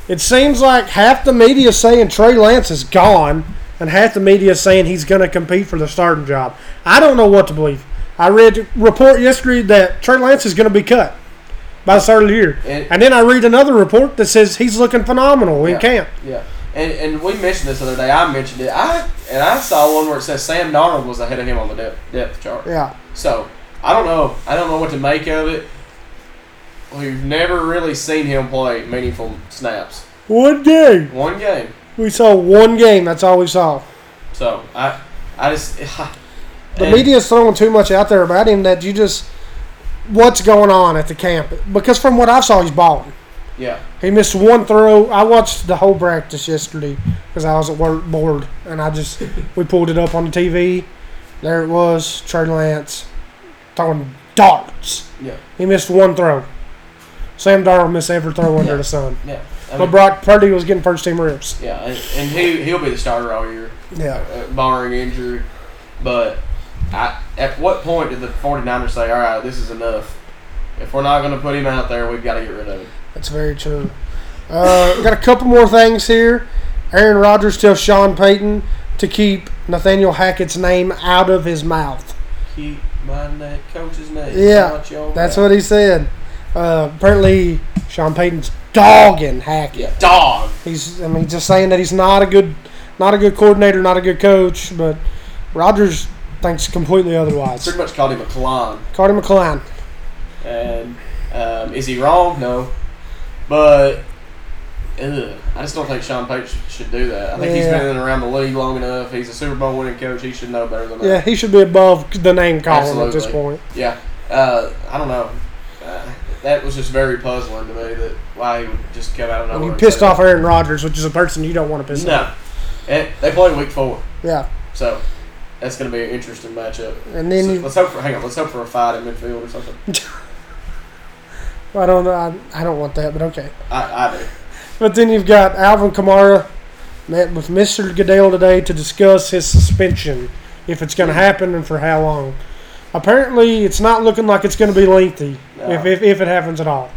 It seems like half the media saying Trey Lance is gone, and half the media saying he's going to compete for the starting job. I don't know what to believe. I read a report yesterday that Trey Lance is going to be cut by the start of the year, And- and then I read another report that says he's looking phenomenal in Yeah. camp. Yeah, and and we mentioned this the other day. I mentioned it. I and I saw one where it says Sam Darnold was ahead of him on the depth, depth chart. Yeah. So I don't know. I don't know what to make of it. We've never really seen him play meaningful snaps. One game. One game. We saw one game. That's all we saw. So I, I just The and- media's throwing too much out there about him that you just. What's going on at the camp? Because from what I saw, he's balling. Yeah, He missed one throw. I watched the whole practice yesterday because I was at work bored, and I just we pulled it up on the TV. There it was, Trey Lance throwing darts. yeah, He missed one throw. Sam Darnold missed every throw under Yeah. the sun. yeah. I But mean, Brock Purdy was getting first team reps. yeah, and, and he he'll be the starter all year. Yeah, uh, barring injury. But I, at what point did the 49ers say, all right, this is enough? If we're not going to put him out there, we've got to get rid of him. that's very true. Uh, got a couple more things here. Aaron Rodgers tells Sean Payton to keep Nathaniel Hackett's name out of his mouth. Keep my name, coach's name. Yeah, out your That's mouth. what he said. Uh, apparently, Sean Payton's dogging Hackett. Yeah, dog. He's, I mean, just saying that he's not a good, not a good coordinator, not a good coach. But Rodgers thinks completely otherwise. Pretty much called him a clown. Carter McCline. And um, is he wrong? No. But ugh, I just don't think Sean Pate sh- should do that. I think he's Yeah. been in and around the league long enough. He's a Super Bowl winning coach. He should know better than that. Yeah, he should be above the name calling at this Absolutely. point. Yeah, uh, I don't know. Uh, that was just very puzzling to me that why he would just come out And of nowhere. you and pissed say off Aaron Rodgers, which is a person you don't want to that. piss off. No, And they play week four, Yeah. so that's going to be an interesting matchup. And then So you, let's hope for hang on. Let's hope for a fight in midfield or something. I don't know. I, I don't want that, but okay. I, I do. But then you've got Alvin Kamara met with Mr. Goodell today to discuss his suspension, if it's going to happen and for how long. Apparently, it's not looking like it's going to be lengthy, if, No. if, if it happens at all.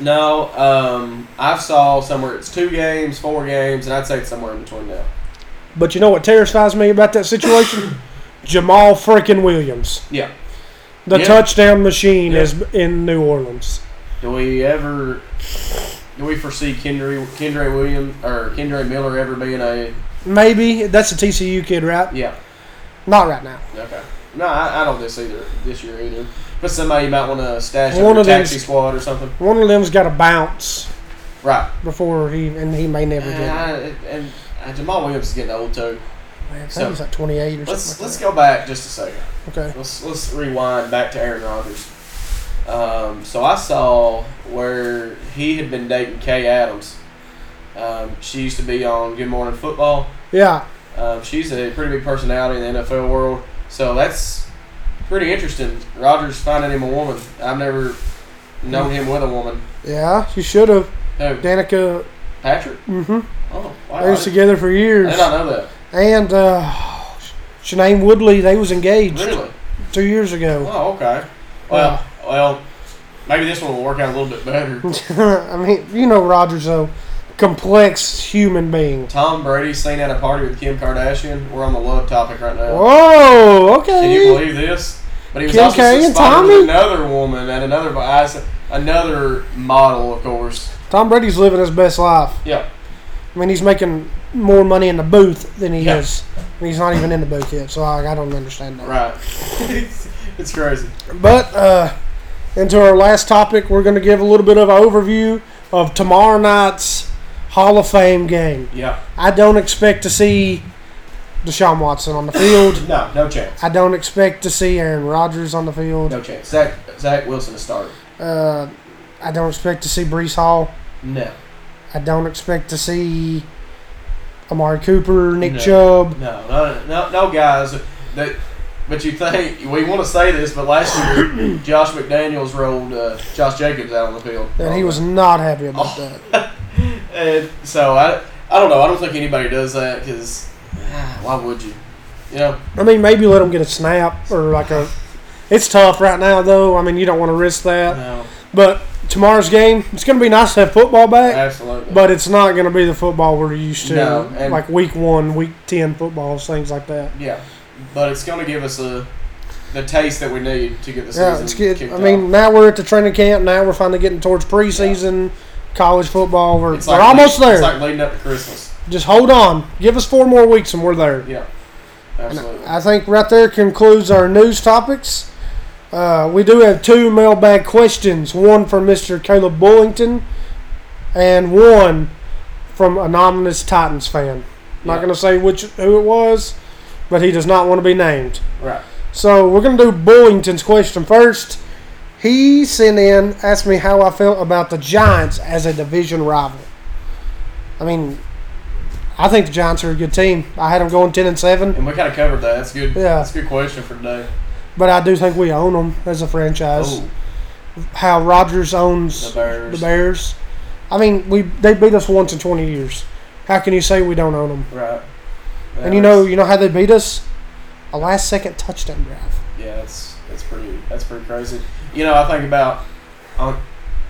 No, um, I saw somewhere it's two games, four games, and I'd say it's somewhere in between now. But you know what terrifies me about that situation? Jamal freaking Williams, Yeah. the Yeah. touchdown machine, Yeah. is in New Orleans. Do we ever? Do we foresee Kendra Kendra Williams or Kendra Miller ever being a? Maybe that's a TCU kid, right? Yeah. Not right now. Okay. No, I, I don't this either this year either. But somebody might want to stash One in the of taxi these- squad or something. One of them's got to bounce Right. before he, and he may never And, get. I, and uh, Jamal Williams is getting old too. It. Man, I think so- he's like 28 or Let's something. let's Like go back just a second. that. Okay. Let's let's rewind back to Aaron Rodgers. Um, so I saw where he had been dating Kay Adams. Um, she used to be on Good Morning Football. Yeah. Um, she's a pretty big personality in the NFL world, so that's pretty interesting. Rodgers finding him a woman. I've never known him with a woman. Yeah, you should have. Who? Danica, Patrick? mm-hmm, Oh, wow. they was I together for years. did not know that. And uh, Shanae Woodley, they was engaged Really? two years ago. Oh, okay. Well, well, maybe this one will work out a little bit better. I mean, you know Rogers though, complex human being. Tom Brady seen at a party with Kim Kardashian. We're on the love topic right now. Whoa, okay. Can you believe this? But he was Kim also K and spotted Tommy? with another woman and another I said- another model, of course. Tom Brady's living his best life. Yeah, I mean, he's making more money in the booth than he Yeah. is. And he's not even in the booth yet, so I, I don't understand that. right. it's crazy. But uh, into our last topic, we're going to give a little bit of an overview of tomorrow night's Hall of Fame game. Yeah. I don't expect to see Deshaun Watson on the field. No, no chance. I don't expect to see Aaron Rodgers on the field. No chance. Zach Zach Wilson to start. Uh, I don't expect to see Brees Hall. No, I don't expect to see Amari Cooper, Nick No. Chubb. no, no, no, no, guys. That, but you think we want to say this, but last year Josh McDaniels rolled uh, Josh Jacobs out on the field, And he was not happy about that. And so I, I don't know. I don't think anybody does that because why would you? You know, I mean, maybe let him get a snap or like a. It's tough right now, though. I mean, you don't want to risk that. no, But tomorrow's game, it's going to be nice to have football back, absolutely. but it's not going to be the football we're used to. Uh, No, and- like week one, week 10 footballs, things like that. yeah, but it's going to give us a the taste that we need to get the season. Yeah, it's good. kicked I mean, off. now we're at the training camp. Now we're finally getting towards preseason, college football. We're, It's we're like- almost there. It's like leading up to Christmas. Just hold on. Give us four more weeks and we're there. Yeah, And absolutely. I think right there concludes our news topics. Uh, we do have two mailbag questions one from Mr. Caleb Bullington and one from anonymous Titans fan. Not Yeah. going to say which who it was, but he does not want to be named. Right. So we're gonna do Bullington's question first. He sent in, asked me how I felt about the Giants as a division rival. I mean, I think the Giants are a good team. I had them going ten and seven, And we kind of covered that. That's good. Yeah. That's a good question for today. but I do think we own them as a franchise. Oh, How Rodgers the owns Bears. the Bears. I mean, we they beat us once in twenty years. How can you say we don't own them? Right. And you know, you know how they beat us? A last second touchdown drive. Yeah, that's that's pretty that's pretty crazy. You know, I think about on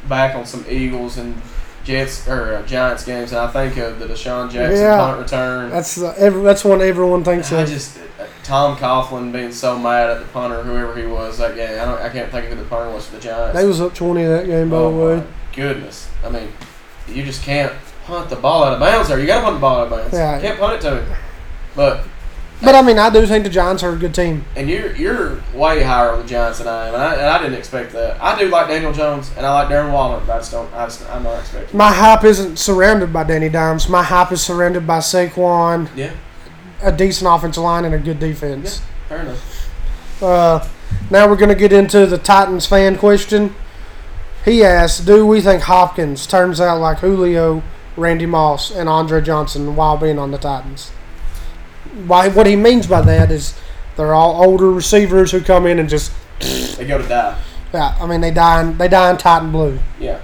back on some Eagles and Jets or uh, Giants games, and I think of the Deshaun Jackson Yeah. punt return. That's the, every, that's one everyone thinks I of. just uh, Tom Coughlin being so mad at the punter, whoever he was that game. I don't, I can't think of who the punter was for the Giants. They was up twenty that game, by the oh way. my goodness! I mean, you just can't punt the ball out of bounds. There, you got to punt the ball out of bounds. Yeah. You can't punt it to him. But But I mean, I do think the Giants are a good team. and you're you're way higher on the Giants than I am, and I, and I didn't expect that. I do like Daniel Jones and I like Darren Waller, but I just don't. I just, I'm not expecting. My hype isn't surrounded by Danny Dimes. My hype is surrounded by Saquon, Yeah, a decent offensive line, and a good defense. fair enough. Uh, now we're going to get into the Titans fan question. He asked, "Do we think Hopkins turns out like Julio, Randy Moss, and Andre Johnson while being on the Titans?" why what he means by that is they're all older receivers who come in and just They go to die. yeah, I mean they die in, they die in tight and blue. Yeah.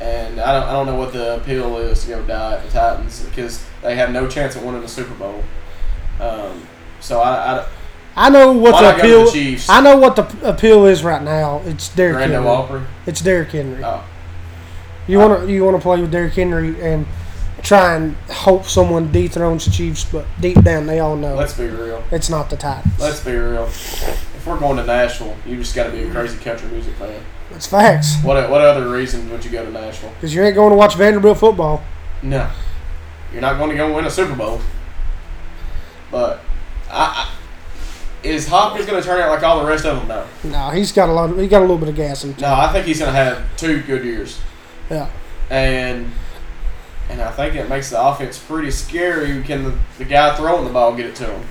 And I don't, I don't know what the appeal is to go die at the Titans because they have no chance of winning the Super Bowl. Um, so I, I I know what Why the not go to appeal. the Chiefs? I know what the p- appeal is right now. It's Derrick Brando Henry. Walper. It's Derrick Henry. Oh, you want to you want to play with Derrick Henry and try and hope someone dethrones the Chiefs, but deep down they all know let's be real. it's not the Titans. Let's be real. If we're going to Nashville, you just got to be a crazy country music fan. it's facts What what other reason would you go to Nashville? because you ain't going to watch Vanderbilt football. No, you're not going to go win a Super Bowl. But I, I, is Hopkins going to turn out like all the rest of them? No, No, he's got a lot. Of, he got a little bit of gas in him. no. I think he's going to have two good years. Yeah. and and I think it makes the offense pretty scary. Can the, the guy throwing the ball get it to him?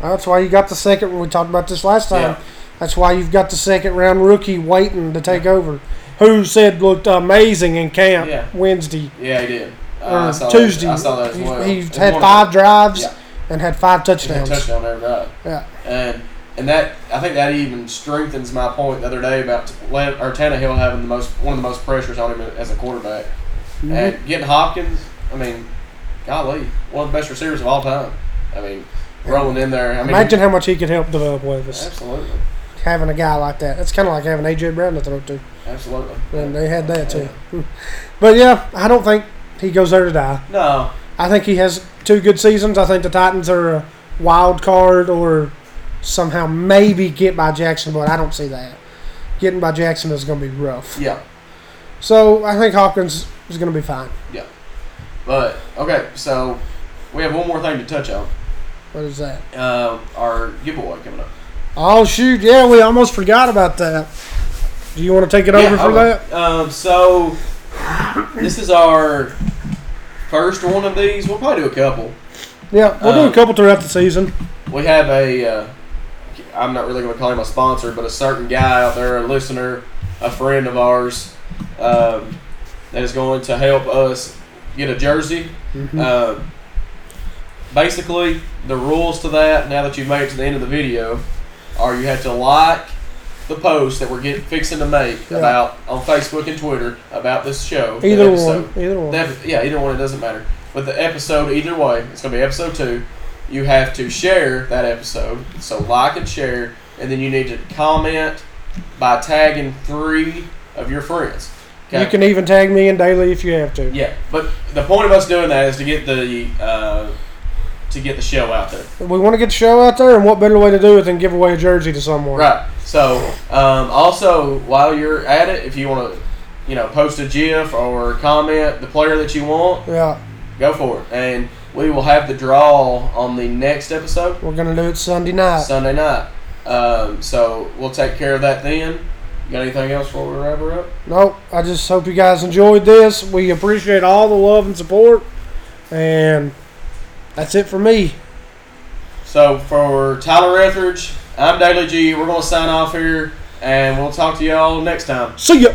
That's why you got the second. We talked about this last time. Yeah. That's why you've got the second round rookie waiting to take over, who said looked amazing in camp Yeah. Wednesday Yeah, he did. or I saw that- Uh, Tuesday. I saw that as He- well. He, And had one- five drives Yeah. and had five he had a touchdowns. touchdown every drive. Yeah, And and that I think that even strengthens my point the other day about Le- or Tannehill having the most one of the most pressures on him as a quarterback. Mm-hmm. And getting Hopkins, I mean, golly, one of the best receivers of all time. I mean, rolling in there. I mean, imagine how much he could help develop with us absolutely, having a guy like that. It's kind of like having AJ Brown to throw to, absolutely. and they had that too. But yeah, I don't think he goes there to die. No, I think he has two good seasons. I think the Titans are a wild card or somehow maybe get by Jacksonville. I don't see that. Getting by Jacksonville is going to be rough. yeah. So I think Hopkins is going to be fine. But okay, so we have one more thing to touch on. What is that? Um, our giveaway coming up. Oh, shoot. Yeah, we almost forgot about that. Do you want to take it over Yeah, for I that? will. Um, so this is our first one of these. We'll probably do a couple. Yeah, we'll do Um, a couple throughout the season. We have a. Uh, I'm not really going to call him a sponsor, but a certain guy out there, a listener, a friend of ours, um, that is going to help us get a jersey. Mm-hmm. Um, basically, the rules to that, now that you've made it to the end of the video, are you have to like the post that we're get, fixing to make Yeah. about on Facebook and Twitter about this show. the Either episode. one. Either one. The epi- yeah, either one, it doesn't matter. But the episode, either way, it's going to be episode two. You have to share that episode. So like and share, and then you need to comment by tagging three of your friends. You can even tag me in daily if you have to. Yeah, but the point of us doing that is to get the uh, to get the show out there. We want to get the show out there, and what better way to do it than give away a jersey to someone? Right. So, um, also while you're at it, if you want to, you know, post a GIF or comment the player that you want, Yeah, go for it, and we will have the draw on the next episode we're going to do it Sunday night. Sunday night. Um, so we'll take care of that then. You got anything else before we wrap her up? Nope. I just hope you guys enjoyed this. We appreciate all the love and support. And that's it for me. So for Tyler Etheridge, I'm Daily G. We're gonna sign off here, and we'll talk to y'all next time. See ya.